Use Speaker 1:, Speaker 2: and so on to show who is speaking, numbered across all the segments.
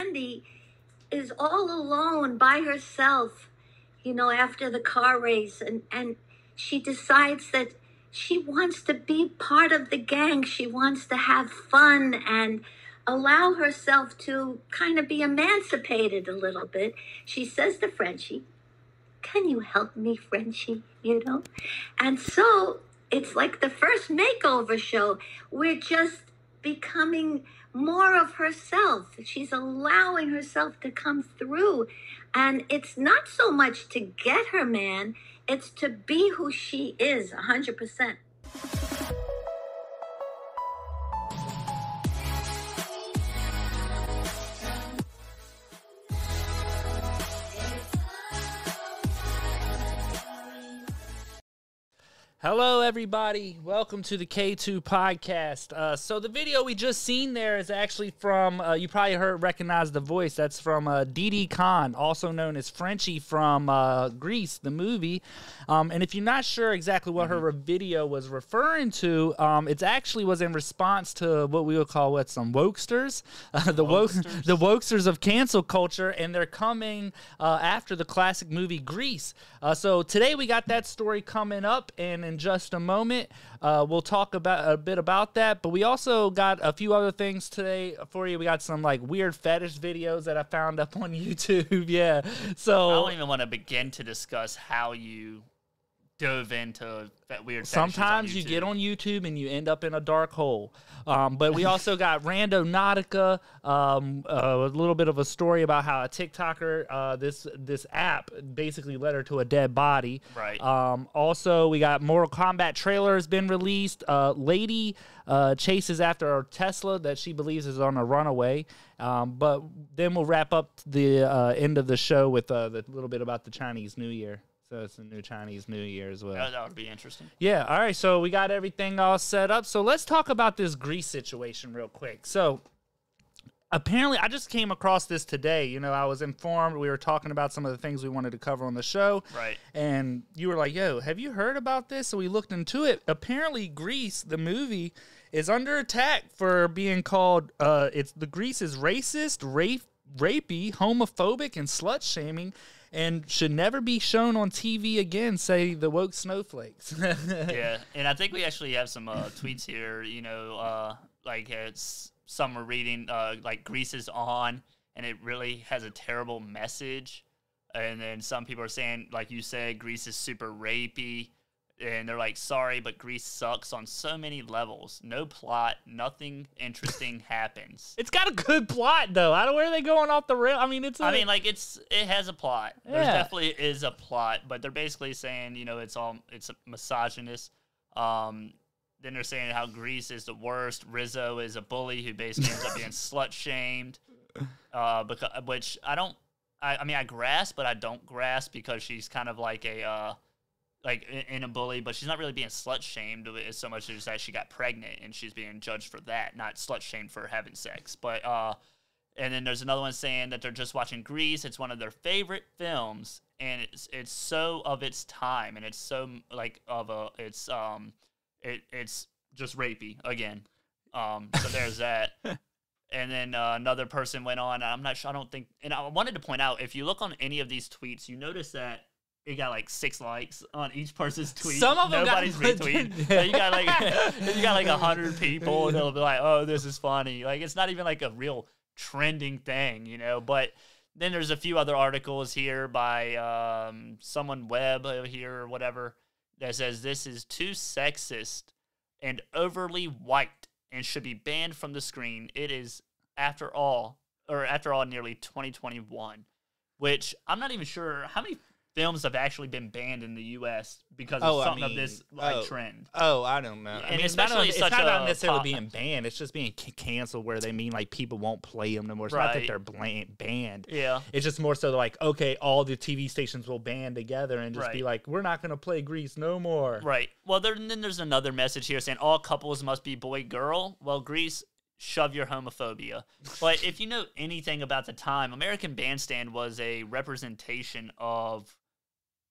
Speaker 1: Cindy is all alone by herself, you know, after the car race, and, and she decides that she wants to be part of the gang. She wants to have fun and allow herself to kind of be emancipated a little bit. She says to Frenchie, Can you help me, Frenchie? You know? And so it's like the first makeover show. We're just becoming more of herself. She's allowing herself to come through. And it's not so much to get her man, it's to be who she is 100%.
Speaker 2: Hello, everybody. Welcome to the K2 podcast. Uh, so, the video we just seen there is actually from, uh, you probably heard, recognize the voice. That's from uh, Didi Khan, also known as Frenchie from uh, Greece, the movie. Um, and if you're not sure exactly what her video was referring to, um, it actually was in response to what we would call what some wokesters, uh, the woke, the wokesters of cancel culture, and they're coming uh, after the classic movie Grease. Uh, so today we got that story coming up, and in just a moment uh, we'll talk about a bit about that. But we also got a few other things today for you. We got some like weird fetish videos that I found up on YouTube. yeah, so
Speaker 3: I don't even want to begin to discuss how you dove into that weird. fetishes on
Speaker 2: Sometimes you get
Speaker 3: YouTube.
Speaker 2: on YouTube and you end up in a dark hole. Um, but we also got Rando Nautica, um, a little bit of a story about how a TikToker, uh, this this app, basically led her to a dead body.
Speaker 3: Right.
Speaker 2: Um, also, we got Mortal Kombat trailer has been released. Uh, Lady uh, chases after a Tesla that she believes is on a runaway. Um, but then we'll wrap up the uh, end of the show with uh, the little bit about the Chinese New Year. So it's the new Chinese New Year as well.
Speaker 3: Oh, That, that would be interesting.
Speaker 2: Yeah. All right. So we got everything all set up. So let's talk about this grease situation real quick. So apparently, I just came across this today. You know, I was informed we were talking about some of the things we wanted to cover on the show.
Speaker 3: Right.
Speaker 2: And you were like, yo, have you heard about this? So we looked into it. Apparently, Grease, the movie, is under attack for being called, uh, it's the Grease is racist, rape, rapey, homophobic, and slut shaming. And should never be shown on TV again, say the woke snowflakes.
Speaker 3: Yeah, and I think we actually have some uh, tweets here. You know, uh, like it's some were reading uh, like Greece is on, and it really has a terrible message. And then some people are saying, like you said, Greece is super rapey, and they're like, sorry, but Greece sucks on so many levels. No plot, nothing interesting happens.
Speaker 2: It's got a good plot though. I don't where are they going off the rail. I mean, it's. a-
Speaker 3: I mean, like it's it has a plot. There
Speaker 2: Yeah.
Speaker 3: definitely is a plot, but they're basically saying you know it's all it's misogynist. Um, then they're saying how Grease is the worst. Rizzo is a bully who basically ends up being slut shamed. Uh, because which I don't. I, I mean, I grasp, but I don't grasp because she's kind of like a uh, like in, in a bully, but she's not really being slut shamed as so much as that she got pregnant and she's being judged for that, not slut shamed for having sex. But uh, and then there's another one saying that they're just watching Grease. It's one of their favorite films, and it's it's so of its time, and it's so like of a it's um it it's just rapey again. Um, so there's that. And then uh, another person went on. I'm not sure. I don't think. And I wanted to point out if you look on any of these tweets, you notice that it got like six likes on each person's tweet.
Speaker 2: Some of them got-
Speaker 3: nobody's retweeting. So you got like you got like hundred people, and they'll be like, "Oh, this is funny." Like it's not even like a real trending thing, you know. But then there's a few other articles here by um, someone Webb over here or whatever that says this is too sexist and overly white and should be banned from the screen. It is, after all, or after all, nearly 2021, which I'm not even sure how many films have actually been banned in the U.S. because of
Speaker 2: Oh, I
Speaker 3: something
Speaker 2: mean,
Speaker 3: of this like
Speaker 2: oh.
Speaker 3: trend.
Speaker 2: oh, I don't know. I
Speaker 3: And
Speaker 2: mean, it's not,
Speaker 3: especially
Speaker 2: it's
Speaker 3: such
Speaker 2: not about
Speaker 3: a
Speaker 2: necessarily
Speaker 3: pop-
Speaker 2: being banned. It's just being c- canceled, where they mean like people won't play them no more. It's not that
Speaker 3: Right.
Speaker 2: they're blan- banned.
Speaker 3: Yeah.
Speaker 2: It's just more so like, okay, all the TV stations will band together and just be
Speaker 3: Right.
Speaker 2: like, we're not gonna play Grease no more.
Speaker 3: Right. Well, there, and then there's another message here saying all couples must be boy girl. Well, Greece, shove your homophobia. But if you know anything about the time, American Bandstand was a representation of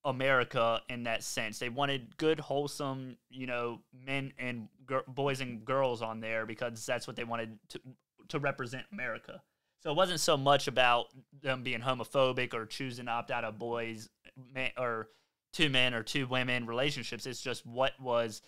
Speaker 3: America in that sense. They wanted good, wholesome, you know, men and gir- boys and girls on there because that's what they wanted to to represent America. So it wasn't so much about them being homophobic or choosing to opt out of boys man, or two men or two women relationships. It's just what was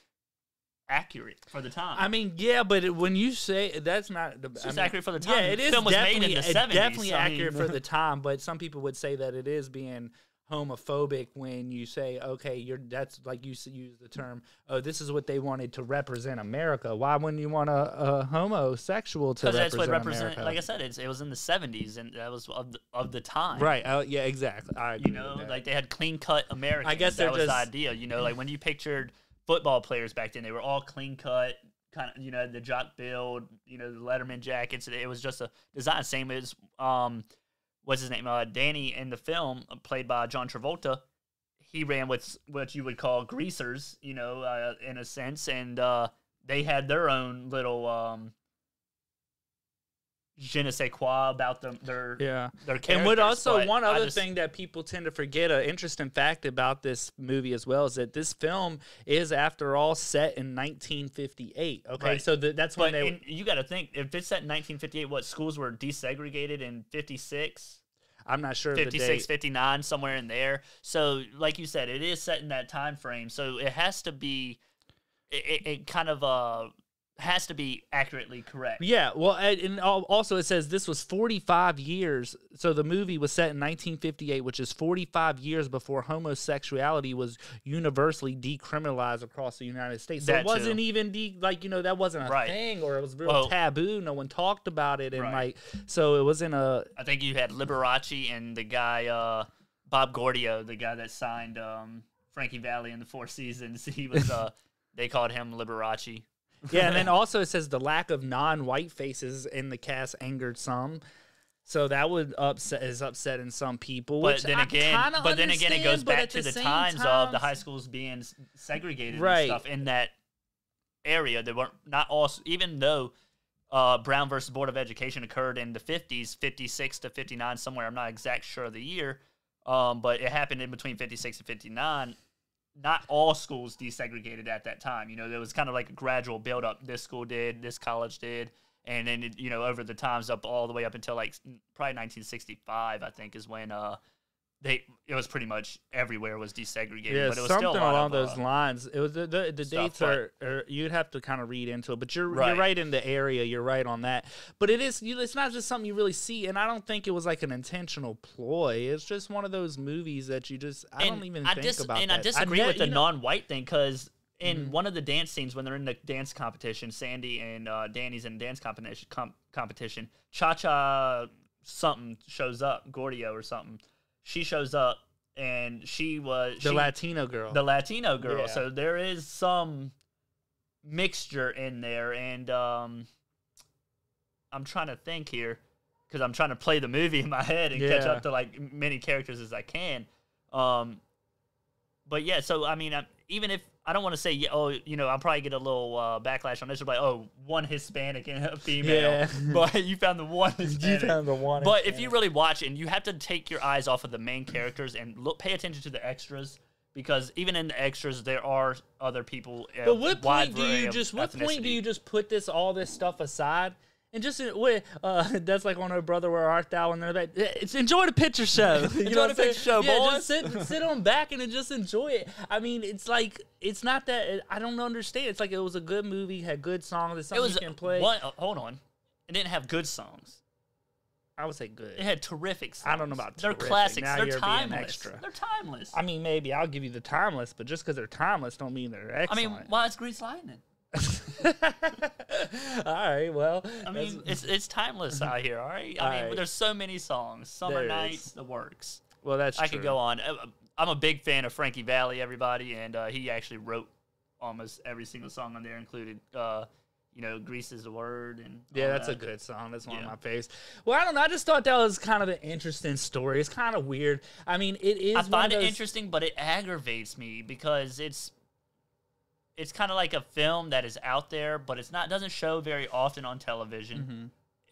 Speaker 3: accurate for the time.
Speaker 2: I mean, yeah, but it, when you say that's not, the,
Speaker 3: it's
Speaker 2: I
Speaker 3: just
Speaker 2: mean,
Speaker 3: accurate for the time.
Speaker 2: Yeah, it
Speaker 3: The
Speaker 2: is
Speaker 3: film was made in
Speaker 2: definitely,
Speaker 3: the
Speaker 2: it's
Speaker 3: 70s,
Speaker 2: definitely
Speaker 3: so I mean-
Speaker 2: accurate for the time. But some people would say that it is being homophobic when you say, okay, you're that's like you s- use the term, oh, this is what they wanted to represent America. Why wouldn't you want a, a homosexual to
Speaker 3: because
Speaker 2: represent
Speaker 3: that's what represent.
Speaker 2: America?
Speaker 3: Like I said, it's, it was in the '70s, and that was of the, of the time.
Speaker 2: right? Uh, yeah, exactly. I
Speaker 3: You
Speaker 2: agree with
Speaker 3: know,
Speaker 2: that.
Speaker 3: like they had clean cut Americans.
Speaker 2: Mm, guess
Speaker 3: that
Speaker 2: they're
Speaker 3: was the
Speaker 2: just-
Speaker 3: idea. You know, like when you pictured football players back then, they were all clean cut, kind of you know the jock build, you know the Letterman jackets. It was just a design. Same as um, what's his name? Uh, Danny in the film, uh, played by John Travolta. He ran with s- what you would call greasers, you know, uh, in a sense, and uh, they had their own little um, je ne sais quoi about them, their
Speaker 2: yeah.
Speaker 3: their characters.
Speaker 2: And what also
Speaker 3: but
Speaker 2: one
Speaker 3: I
Speaker 2: other
Speaker 3: just-
Speaker 2: thing that people tend to forget, an interesting fact about this movie as well, is that this film is after all set in 1958. Okay,
Speaker 3: Right.
Speaker 2: so th- that's when
Speaker 3: But
Speaker 2: they.
Speaker 3: in, you got to think if it's at 1958, what schools were desegregated in 56,
Speaker 2: I'm not sure of the
Speaker 3: 56,
Speaker 2: date.
Speaker 3: 59, somewhere in there. So, like you said, it is set in that time frame. So it has to be, it, it, it kind of uh has to be accurately correct.
Speaker 2: Yeah, well, and and al- also it says this was 45 years. So the movie was set in 1958, which is 45 years before homosexuality was universally decriminalized across the United States. So it
Speaker 3: That too.
Speaker 2: wasn't even de- like you know that wasn't a
Speaker 3: Right.
Speaker 2: thing, or it was real
Speaker 3: Well-
Speaker 2: taboo. No one talked about it, and
Speaker 3: Right.
Speaker 2: like so it was in a
Speaker 3: I think you had Liberace and the guy uh Bob Gordio, the guy that signed um Frankie Valley in the Four Seasons. He was uh they called him Liberace.
Speaker 2: Yeah, and then also it says the lack of non-white faces in the cast angered some. So that would upset is upsetting some people.
Speaker 3: But
Speaker 2: which
Speaker 3: then
Speaker 2: I
Speaker 3: again,
Speaker 2: kinda
Speaker 3: but then again, it
Speaker 2: understand,
Speaker 3: goes
Speaker 2: but
Speaker 3: back
Speaker 2: at
Speaker 3: to the,
Speaker 2: same
Speaker 3: times of
Speaker 2: time-
Speaker 3: the high schools being s- segregated
Speaker 2: Right.
Speaker 3: and stuff in that area. They weren't not all, s- even though uh, Brown versus Board of Education occurred in the fifties, fifty six to fifty nine somewhere. I'm not exact sure of the year, um, but it happened in between fifty six and fifty nine. Not all schools desegregated at that time. You know, there was kind of like a gradual build up. This school did, this college did, and then it- you know over the times up all the way up until like s- probably 1965, I think, is when uh they it was pretty much everywhere was desegregated.
Speaker 2: Yeah,
Speaker 3: but it was
Speaker 2: something
Speaker 3: still a lot
Speaker 2: along
Speaker 3: of,
Speaker 2: those
Speaker 3: uh,
Speaker 2: lines. It was the the, the
Speaker 3: stuff,
Speaker 2: dates are, are you'd have to kind of read into it, but you're
Speaker 3: Right.
Speaker 2: you're right in the area. You're right on that. But it is you, it's not just something you really see, and I don't think it was like an intentional ploy. It's just one of those movies that you just I
Speaker 3: and
Speaker 2: don't even
Speaker 3: I
Speaker 2: think
Speaker 3: dis-
Speaker 2: about.
Speaker 3: And
Speaker 2: that. Mm-hmm.
Speaker 3: I disagree
Speaker 2: ne-
Speaker 3: with the
Speaker 2: you know-
Speaker 3: non-white thing because in one of the dance scenes when they're in the dance competition, Sandy and uh, Danny's in dance competition. Com- competition, Cha Cha something shows up, Gordio or something. She shows up and she was
Speaker 2: the
Speaker 3: she,
Speaker 2: Latino girl.
Speaker 3: the Latino girl.
Speaker 2: Yeah.
Speaker 3: So there is some mixture in there, and um, I'm trying to think here because I'm trying to play the movie in my head and catch
Speaker 2: Yeah.
Speaker 3: up to like many characters as I can. Um, but yeah, so I mean, i even if I don't want to say, yeah, oh, you know, I'll probably get a little uh, backlash on this, like, oh, one Hispanic and a female,
Speaker 2: Yeah.
Speaker 3: but you found the one.
Speaker 2: you
Speaker 3: Hispanic.
Speaker 2: found the one.
Speaker 3: But if you really watch it, and you have to take your eyes off of the main characters and look, pay attention to the extras because even in the extras, there are other people. uh,
Speaker 2: But what
Speaker 3: wide
Speaker 2: point do
Speaker 3: variety
Speaker 2: you
Speaker 3: of
Speaker 2: just what point do
Speaker 3: ethnicity.
Speaker 2: you just put this all this stuff aside and just uh, wait, uh, that's like on her brother where art thou and they're like "Eh, it's enjoy the picture show you
Speaker 3: Enjoy
Speaker 2: know what
Speaker 3: the
Speaker 2: I'm saying?
Speaker 3: picture show,
Speaker 2: yeah,
Speaker 3: boys.
Speaker 2: just sit sit on back and just enjoy it I mean it's like it's not that I don't understand it's like it was a good movie had good songs it's
Speaker 3: It
Speaker 2: something
Speaker 3: was
Speaker 2: you can play
Speaker 3: One, uh, hold on, it didn't have good songs.
Speaker 2: I would say
Speaker 3: It
Speaker 2: good
Speaker 3: had terrific. songs.
Speaker 2: I don't know about
Speaker 3: They're
Speaker 2: terrific.
Speaker 3: classics.
Speaker 2: Now
Speaker 3: they're
Speaker 2: you're being
Speaker 3: timeless.
Speaker 2: extra.
Speaker 3: They're timeless.
Speaker 2: I mean maybe I'll give you the timeless but just because they're timeless don't mean they're
Speaker 3: I mean,
Speaker 2: excellent
Speaker 3: why is Grease Lightning?
Speaker 2: all right well
Speaker 3: I
Speaker 2: that's-
Speaker 3: mean, it's it's timeless out here. All right. I mean,
Speaker 2: Alright.
Speaker 3: there's so many songs. Summer
Speaker 2: There is.
Speaker 3: nights, the works.
Speaker 2: well that's
Speaker 3: I
Speaker 2: true.
Speaker 3: could go on. Uh, I'm a big fan of Frankie Valley, everybody, and uh, he actually wrote almost every single song on there, included, uh, you know, "Grease Is the Word" and
Speaker 2: Yeah,
Speaker 3: all
Speaker 2: that's a
Speaker 3: that.
Speaker 2: good song. That's one
Speaker 3: Yeah.
Speaker 2: of my faves. Well, I don't know. I just thought that was kind of an interesting story. It's kind of weird. I mean, it is.
Speaker 3: I
Speaker 2: one
Speaker 3: find
Speaker 2: of
Speaker 3: it
Speaker 2: those-
Speaker 3: interesting, but it aggravates me because it's it's kind of like a film that is out there, but it's not doesn't show very often on television.
Speaker 2: Mm-hmm.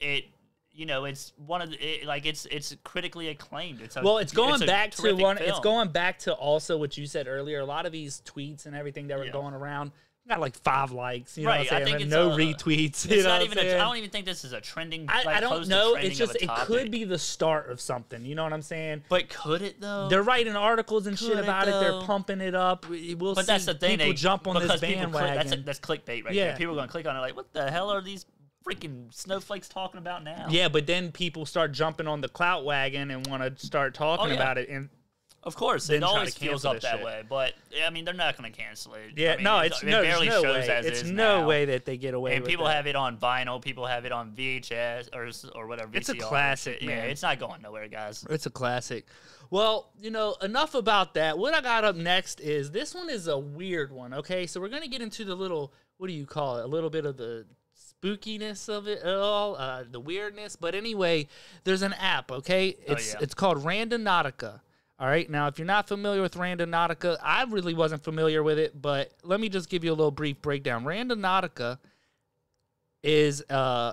Speaker 3: It you know it's one of the it, like it's it's critically acclaimed. It's a,
Speaker 2: Well, it's going
Speaker 3: a
Speaker 2: back to
Speaker 3: terrific
Speaker 2: one. It's
Speaker 3: film.
Speaker 2: going back to also what you said earlier. A lot of these tweets and everything that were
Speaker 3: Yeah.
Speaker 2: going around got like five likes, you know
Speaker 3: Right,
Speaker 2: what
Speaker 3: I
Speaker 2: I'm saying? and
Speaker 3: think it's,
Speaker 2: no
Speaker 3: uh,
Speaker 2: retweets. You know
Speaker 3: It's not
Speaker 2: what
Speaker 3: even.
Speaker 2: I'm
Speaker 3: A,
Speaker 2: saying?
Speaker 3: I don't even think this is a trending.
Speaker 2: I,
Speaker 3: like,
Speaker 2: I
Speaker 3: close
Speaker 2: don't
Speaker 3: to
Speaker 2: know. It's
Speaker 3: trending of
Speaker 2: just
Speaker 3: a
Speaker 2: it could
Speaker 3: topic.
Speaker 2: be the start of something. You know what I'm saying?
Speaker 3: But could it though?
Speaker 2: They're writing articles and shit
Speaker 3: Could it,
Speaker 2: about it. They're
Speaker 3: though?
Speaker 2: pumping it up. We- We'll
Speaker 3: but
Speaker 2: see
Speaker 3: that's the thing.
Speaker 2: People
Speaker 3: they,
Speaker 2: jump on this
Speaker 3: because people click-
Speaker 2: bandwagon.
Speaker 3: that's, that's clickbait right
Speaker 2: Yeah.
Speaker 3: there. People are gonna click on it like, what the hell are these freaking snowflakes talking about now?
Speaker 2: yeah, but then people start jumping on the clout wagon and want to start talking
Speaker 3: Oh, yeah.
Speaker 2: about it. And
Speaker 3: Of course,
Speaker 2: Then
Speaker 3: it
Speaker 2: try to
Speaker 3: always feels
Speaker 2: cancel
Speaker 3: up
Speaker 2: this
Speaker 3: that
Speaker 2: shit.
Speaker 3: way. But yeah, I mean, they're not gonna cancel it.
Speaker 2: yeah,
Speaker 3: I mean,
Speaker 2: no, it's,
Speaker 3: it
Speaker 2: no,
Speaker 3: barely
Speaker 2: there's no
Speaker 3: shows
Speaker 2: way.
Speaker 3: as
Speaker 2: it's
Speaker 3: is
Speaker 2: no
Speaker 3: now.
Speaker 2: way that they get away.
Speaker 3: And
Speaker 2: with
Speaker 3: people
Speaker 2: that.
Speaker 3: have it on vinyl. People have it on VHS or s- or whatever.
Speaker 2: It's a
Speaker 3: VCR.
Speaker 2: classic,
Speaker 3: Yeah,
Speaker 2: man.
Speaker 3: it's not going nowhere, guys.
Speaker 2: It's a classic. Well, you know, enough about that. What I got up next is this one is a weird one. Okay, so we're gonna get into the little what do you call it? A little bit of the spookiness of it all, uh, the weirdness. But anyway, there's an app. Okay, it's
Speaker 3: Oh, yeah.
Speaker 2: it's called Randonautica. All right, now if you're not familiar with Randonautica, I really wasn't familiar with it, but let me just give you a little brief breakdown. Randonautica is uh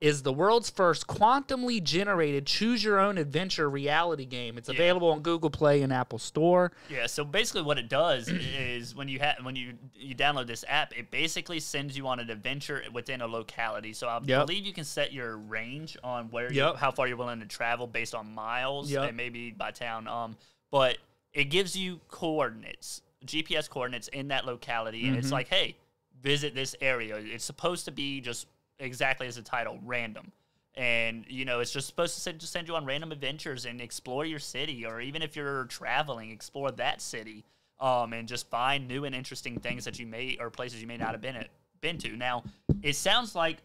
Speaker 2: is the world's first quantumly generated choose your own adventure reality game. It's
Speaker 3: Yeah.
Speaker 2: available on Google Play and Apple Store.
Speaker 3: Yeah, so basically what it does is when you ha- when you you download this app, it basically sends you on an adventure within a locality. So I
Speaker 2: Yep.
Speaker 3: believe you can set your range on where
Speaker 2: Yep.
Speaker 3: you, how far you're willing to travel based on miles
Speaker 2: Yep.
Speaker 3: and maybe by town. Um, but it gives you coordinates, GPS coordinates in that locality, and
Speaker 2: Mm-hmm.
Speaker 3: it's like, hey, visit this area. It's supposed to be just exactly as the title, random and you know it's just supposed to send, just send you on random adventures and explore your city or even if you're traveling explore that city um, and just find new and interesting things that you may or places you may not have been at, been to now it sounds like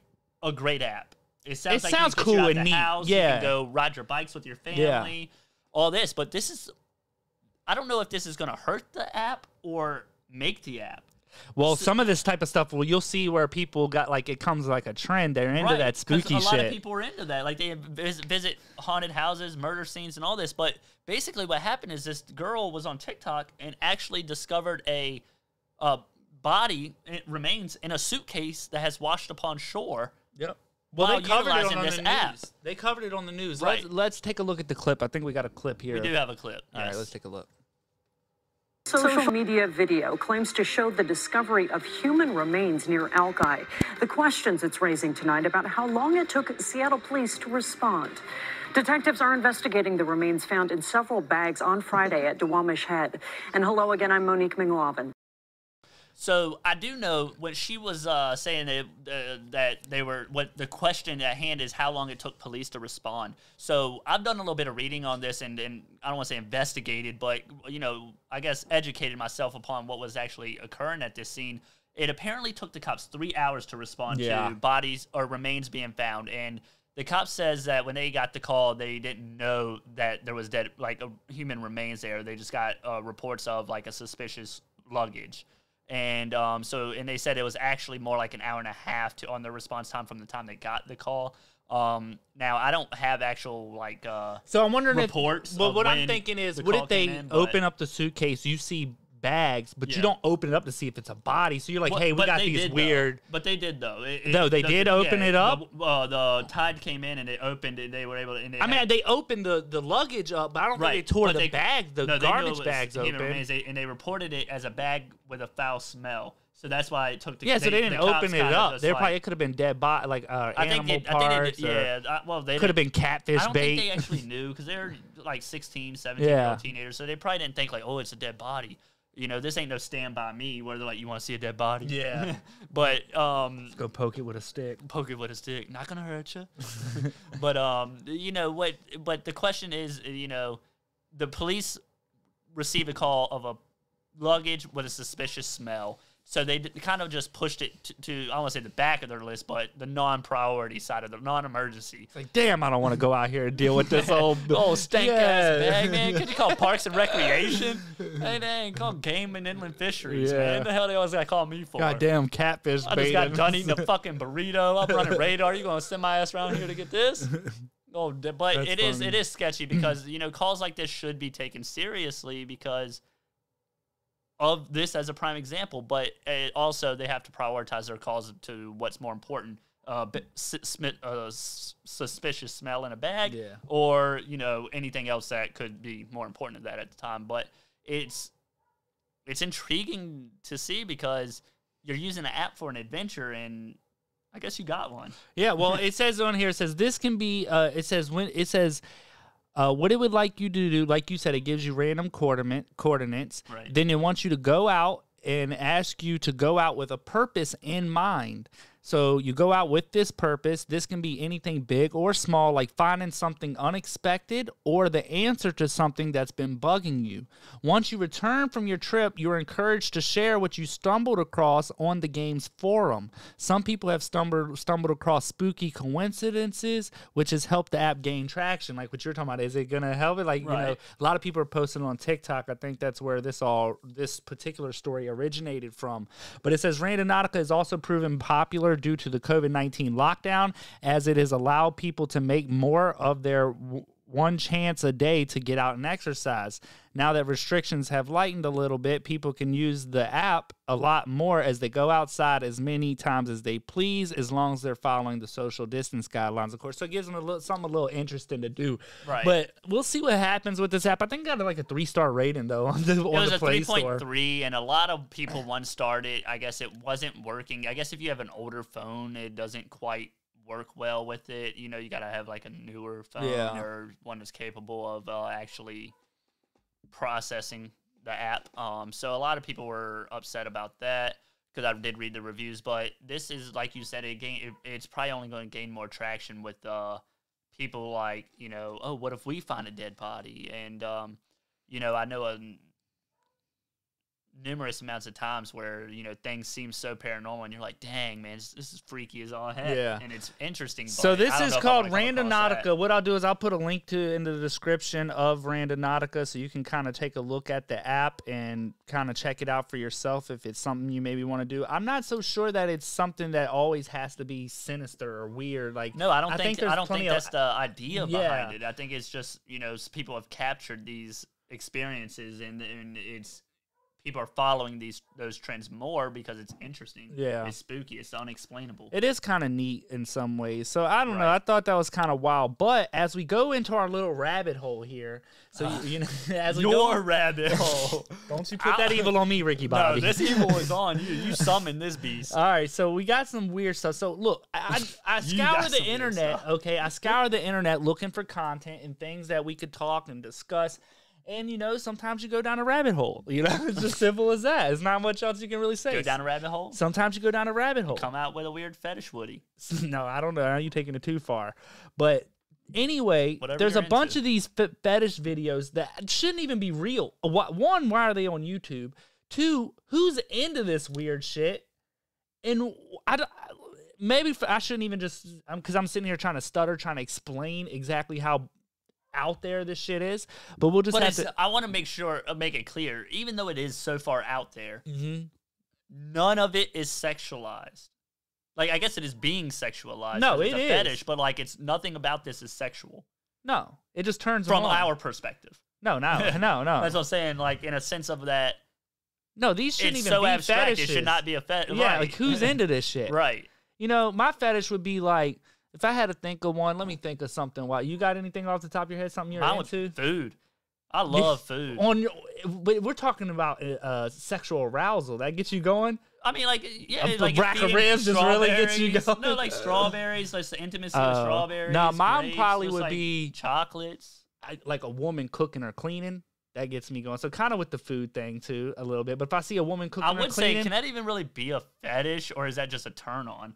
Speaker 3: a great app it sounds
Speaker 2: It
Speaker 3: like you
Speaker 2: sounds
Speaker 3: can get
Speaker 2: cool
Speaker 3: you out
Speaker 2: and
Speaker 3: of the
Speaker 2: neat,
Speaker 3: house, you
Speaker 2: yeah.
Speaker 3: can go ride your bikes with your
Speaker 2: Yeah.
Speaker 3: family all this but this is i don't know if this is going to hurt the app or make the app
Speaker 2: Well, some of this type of stuff, well, you'll see where people got like it comes like a trend. They're into
Speaker 3: Right,
Speaker 2: that
Speaker 3: 'cause
Speaker 2: spooky
Speaker 3: a lot
Speaker 2: shit.
Speaker 3: of people are into that. Like they vis- visit haunted houses, murder scenes, and all this. But basically, what happened is this girl was on TikTok and actually discovered a, uh body it remains in a suitcase that has washed upon shore.
Speaker 2: yep. Well,
Speaker 3: While
Speaker 2: they covered it
Speaker 3: utilizing
Speaker 2: on
Speaker 3: this
Speaker 2: the
Speaker 3: app.
Speaker 2: news. They covered it on the news.
Speaker 3: Right.
Speaker 2: Let's, let's take a look at the clip. I think we got a clip here.
Speaker 3: We do have a clip.
Speaker 2: All right,
Speaker 3: yes.
Speaker 2: let's take a look.
Speaker 4: Social media video claims to show the discovery of human remains near Alki. The questions it's raising tonight about how long it took Seattle police to respond. Detectives are investigating the remains found in several bags on Friday at Duwamish Head. And hello again, I'm Monique Minglavin.
Speaker 3: So I do know when she was uh, saying that uh, that they were what the question at hand is how long it took police to respond. So I've done a little bit of reading on this and, and I don't want to say investigated, but you know I guess educated myself upon what was actually occurring at this scene. It apparently took the cops three hours to respond
Speaker 2: Yeah.
Speaker 3: to bodies or remains being found, and the cop says that when they got the call, they didn't know that there was dead like a human remains there. They just got uh, reports of like a suspicious luggage and um, so and they said it was actually more like an hour and a half to on the response time from the time they got the call. Um, now I don't have actual like uh,
Speaker 2: So I'm wondering
Speaker 3: reports
Speaker 2: If, but
Speaker 3: of
Speaker 2: what I'm
Speaker 3: when
Speaker 2: thinking is,
Speaker 3: the
Speaker 2: what
Speaker 3: call
Speaker 2: if they
Speaker 3: came in, but-
Speaker 2: open up the suitcase? You see bags, but you
Speaker 3: Yeah.
Speaker 2: don't open it up to see if it's a body. So you're like,
Speaker 3: But-
Speaker 2: hey, we
Speaker 3: but
Speaker 2: got
Speaker 3: they
Speaker 2: these
Speaker 3: did, though.
Speaker 2: weird.
Speaker 3: But they did though. It- it-
Speaker 2: No, they
Speaker 3: the-
Speaker 2: did open it up?
Speaker 3: The, uh, the tide came in and they opened it. They were able to. And they
Speaker 2: I
Speaker 3: had-
Speaker 2: mean, they opened the, the luggage up, but I don't think they tore
Speaker 3: but
Speaker 2: the
Speaker 3: they-
Speaker 2: bags, the
Speaker 3: no, they knew it
Speaker 2: garbage
Speaker 3: was
Speaker 2: bags
Speaker 3: human
Speaker 2: open.
Speaker 3: remains, they- and they reported it as a bag with a foul smell. So that's why it took the
Speaker 2: yeah, so they didn't
Speaker 3: the cops
Speaker 2: open it
Speaker 3: kinda
Speaker 2: up.
Speaker 3: just,
Speaker 2: They
Speaker 3: like-
Speaker 2: probably it could have been dead body, like uh,
Speaker 3: I
Speaker 2: animal
Speaker 3: think they,
Speaker 2: parts.
Speaker 3: I think they
Speaker 2: or
Speaker 3: did, yeah. uh, Well, they
Speaker 2: could have
Speaker 3: didn't-
Speaker 2: been catfish
Speaker 3: I don't
Speaker 2: bait.
Speaker 3: think they actually knew because they're like 16, 17 year
Speaker 2: Yeah.
Speaker 3: old teenagers. So they probably didn't think, like, oh, it's a dead body. You know, this ain't no stand by me where they're like, you want to see a dead body.
Speaker 2: Yeah.
Speaker 3: but, um,
Speaker 2: Go poke it with a stick.
Speaker 3: poke it with a stick, not going to hurt you. but, um, you know, what, but the question is, you know, the police receive a call of a luggage with a suspicious smell. So they d- kind of just pushed it t- to, I don't want to say the back of their list, but the non priority side of the non emergency.
Speaker 2: Like, damn, I don't want to go out here and deal with this old
Speaker 3: Oh, stank ass
Speaker 2: Yeah.
Speaker 3: bag, man. Could you call Parks and Recreation? hey, dang, call Game and Inland Fisheries,
Speaker 2: Yeah.
Speaker 3: man. What the hell they always gotta call me for?
Speaker 2: Goddamn catfish
Speaker 3: I
Speaker 2: bait.
Speaker 3: just got done eating a fucking burrito. I'm running radar. You gonna send my ass around here to get this? Oh, d- but
Speaker 2: That's
Speaker 3: it is
Speaker 2: funny.
Speaker 3: it is sketchy because you know calls like this should be taken seriously because of this as a prime example. But it also they have to prioritize their calls to what's more important: uh, b- s- smi- uh, s- suspicious smell in a bag,
Speaker 2: Yeah.
Speaker 3: or you know anything else that could be more important to that at the time. But it's it's intriguing to see because you're using an app for an adventure, and I guess you got one.
Speaker 2: Yeah, well, it says on here. It says this can be. Uh, it says when it says. Uh, what it would like you to do, like you said, it gives you random coordinate, coordinates.
Speaker 3: Right.
Speaker 2: Then it wants you to go out and ask you to go out with a purpose in mind. So you go out with this purpose. This can be anything big or small, like finding something unexpected or the answer to something that's been bugging you. Once you return from your trip, you're encouraged to share what you stumbled across on the game's forum. Some people have stumbled stumbled across spooky coincidences, which has helped the app gain traction. Like what you're talking about, is it gonna help it? Like you know,
Speaker 3: Right.
Speaker 2: a lot of people are posting on TikTok. I think that's where this all this particular story originated from. But it says Randonautica is also proven popular due to the COVID nineteen lockdown, as it has allowed people to make more of their w- one chance a day to get out and exercise. Now that restrictions have lightened a little bit, people can use the app a lot more as they go outside as many times as they please, as long as they're following the social distance guidelines, of course. So it gives them a little something a little interesting to do.
Speaker 3: Right.
Speaker 2: But we'll see what happens with this app. I think it got like a three star rating though on the
Speaker 3: It
Speaker 2: on
Speaker 3: was
Speaker 2: the
Speaker 3: a
Speaker 2: Play
Speaker 3: three
Speaker 2: Store.
Speaker 3: point three, and a lot of people one started. I guess it wasn't working. I guess if you have an older phone, it doesn't quite work well with it. You know, you gotta have like a newer phone
Speaker 2: Yeah.
Speaker 3: or one that's capable of uh, actually processing the app. Um, so a lot of people were upset about that because I did read the reviews. But this is like you said, it gain, it, it's probably only going to gain more traction with uh, people like you know, oh, what if we find a dead body? And um, you know, I know a n- numerous amounts of times where you know things seem so paranormal, and you're like, dang man, this, this is freaky as all heck.
Speaker 2: Yeah.
Speaker 3: and it's interesting.
Speaker 2: So
Speaker 3: but I
Speaker 2: this
Speaker 3: don't
Speaker 2: is
Speaker 3: know if I
Speaker 2: called
Speaker 3: wanna come across that.
Speaker 2: Randonautica. What I'll do is I'll put a link to in the description of Randonautica, so you can kind of take a look at the app and kind of check it out for yourself if it's something you maybe want to do. I'm not so sure that it's something that always has to be sinister or weird. Like
Speaker 3: No, I don't think
Speaker 2: there's
Speaker 3: I don't
Speaker 2: plenty
Speaker 3: think
Speaker 2: of- uh,
Speaker 3: that's the idea behind
Speaker 2: Yeah.
Speaker 3: it. I think it's just you know s- people have captured these experiences and and it's people are following these those trends more because it's interesting.
Speaker 2: Yeah.
Speaker 3: it's spooky. It's unexplainable.
Speaker 2: It is kind of neat in some ways. So I don't know.
Speaker 3: Right.
Speaker 2: I thought that was kind of wild. But as we go into our little rabbit hole here, so you, you know, as we
Speaker 3: Your
Speaker 2: go,
Speaker 3: rabbit hole.
Speaker 2: don't you put that evil on me, Ricky
Speaker 3: no,
Speaker 2: Bobby.
Speaker 3: this evil is on you. You summoned this beast.
Speaker 2: All right, so we got some weird stuff. So look, I I, I
Speaker 3: You
Speaker 2: scour
Speaker 3: got some
Speaker 2: the
Speaker 3: weird
Speaker 2: internet.
Speaker 3: stuff.
Speaker 2: Okay, I scour the internet looking for content and things that we could talk and discuss. And you know, sometimes you go down a rabbit hole. You know, it's just simple as that. It's not much else you can really say.
Speaker 3: Go down a rabbit hole.
Speaker 2: sometimes you go down a rabbit hole.
Speaker 3: Come out with a weird fetish, Woody.
Speaker 2: no, I don't know. Now you're taking it too far. But anyway,
Speaker 3: Whatever
Speaker 2: there's a
Speaker 3: you're
Speaker 2: bunch
Speaker 3: into.
Speaker 2: of these fe- fetish videos that shouldn't even be real. Wh- One, why are they on YouTube? Two, who's into this weird shit? And I don't. Maybe f- I shouldn't even just because I'm sitting here trying to stutter, trying to explain exactly how out there this shit is. But we'll just
Speaker 3: But
Speaker 2: have
Speaker 3: it's,
Speaker 2: to.
Speaker 3: I want to make sure, uh, make it clear, even though it is so far out there,
Speaker 2: Mhm.
Speaker 3: none of it is sexualized. Like I guess it is being sexualized.
Speaker 2: No,
Speaker 3: 'cause it's
Speaker 2: it
Speaker 3: a
Speaker 2: is.
Speaker 3: fetish, but like it's nothing about this is sexual
Speaker 2: No, it just turns
Speaker 3: from
Speaker 2: them on.
Speaker 3: our perspective.
Speaker 2: No, no, no, no,
Speaker 3: That's what I'm saying. Like in a sense of that,
Speaker 2: no. These shouldn't
Speaker 3: it's
Speaker 2: even
Speaker 3: so
Speaker 2: be
Speaker 3: abstract.
Speaker 2: fetishes.
Speaker 3: It should not be a fetish.
Speaker 2: Yeah,
Speaker 3: right.
Speaker 2: like who's into this shit?
Speaker 3: right?
Speaker 2: You know, my fetish would be like if I had to think of one. Let me think of something. Why you got anything off the top of your head? Something you're
Speaker 3: Mine was
Speaker 2: into?
Speaker 3: food. I love food.
Speaker 2: On your, but we're talking about uh, uh, sexual arousal. That gets you going.
Speaker 3: I mean, like yeah,
Speaker 2: A
Speaker 3: like
Speaker 2: rack of
Speaker 3: feeding
Speaker 2: ribs just really gets you
Speaker 3: strawberries.
Speaker 2: going.
Speaker 3: No, like strawberries, like the intimacy
Speaker 2: Uh,
Speaker 3: with strawberries.
Speaker 2: nah, mine
Speaker 3: grapes,
Speaker 2: probably
Speaker 3: just,
Speaker 2: would
Speaker 3: like,
Speaker 2: be-
Speaker 3: chocolates.
Speaker 2: I, like a woman cooking or cleaning. That gets me going. So kind of with the food thing too, a little bit. But if I see a woman cooking
Speaker 3: I
Speaker 2: or
Speaker 3: would say,
Speaker 2: cleaning,
Speaker 3: can that even really be a fetish, or is that just a turn on?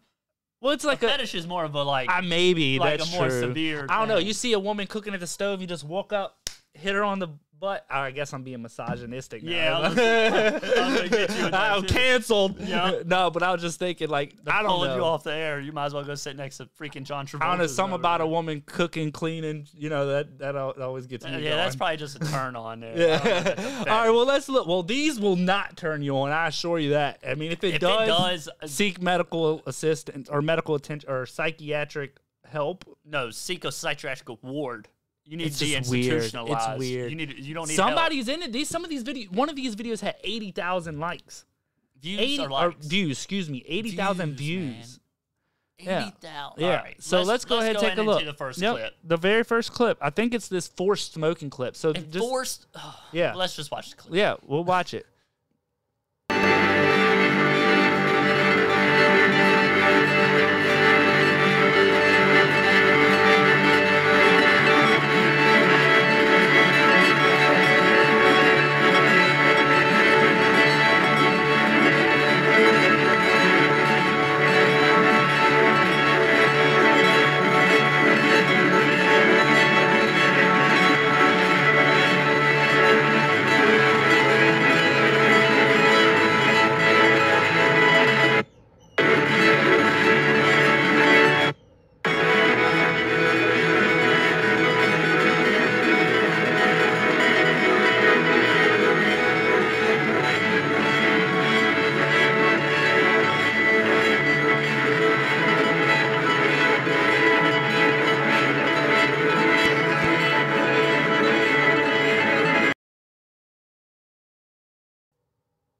Speaker 2: well, it's like a.
Speaker 3: Fetish is more of a like
Speaker 2: I maybe
Speaker 3: like a
Speaker 2: that's
Speaker 3: more
Speaker 2: true.
Speaker 3: severe
Speaker 2: I don't know.
Speaker 3: thing.
Speaker 2: You see a woman cooking at the stove, you just walk up, hit her on the butt. Oh, I guess I'm being misogynistic. Now.
Speaker 3: Yeah, I was gonna- I was gonna get you with that,
Speaker 2: I'm
Speaker 3: too.
Speaker 2: Oh, canceled.
Speaker 3: Yeah.
Speaker 2: No, but I was just thinking like I don't
Speaker 3: pulling
Speaker 2: know.
Speaker 3: you off the air. You might as well go sit next to freaking John Travolta.
Speaker 2: I don't know. Something about a woman cooking, cleaning. You know that that al- always gets me.
Speaker 3: Uh, Yeah,
Speaker 2: going.
Speaker 3: that's probably just a turn on there. I don't know if that's
Speaker 2: Yeah.
Speaker 3: a
Speaker 2: All
Speaker 3: fetish.
Speaker 2: right. Well, let's look. Well, these will not turn you on. I assure you that. I mean, if it
Speaker 3: If it
Speaker 2: does,
Speaker 3: does- uh,
Speaker 2: seek medical assistance or medical attention or psychiatric help.
Speaker 3: no, seek a psychiatric ward. You need
Speaker 2: It's
Speaker 3: to
Speaker 2: just weird. It's
Speaker 3: deinstitutionalized.
Speaker 2: weird.
Speaker 3: You need. You don't need
Speaker 2: Somebody's in it. These some of these videos. One of these videos had eighty thousand likes.
Speaker 3: help. views
Speaker 2: Eighty
Speaker 3: or
Speaker 2: or
Speaker 3: likes.
Speaker 2: views. Excuse me. Eighty thousand
Speaker 3: Views, man.
Speaker 2: views. yeah.
Speaker 3: Eighty thousand.
Speaker 2: Yeah.
Speaker 3: All right,
Speaker 2: So let's, go ahead and take
Speaker 3: in
Speaker 2: a
Speaker 3: into
Speaker 2: look.
Speaker 3: The first
Speaker 2: Yep,
Speaker 3: clip.
Speaker 2: The very first clip. I think it's this forced smoking clip. So
Speaker 3: And
Speaker 2: just
Speaker 3: forced.
Speaker 2: yeah.
Speaker 3: Let's just watch the clip.
Speaker 2: yeah, we'll watch it.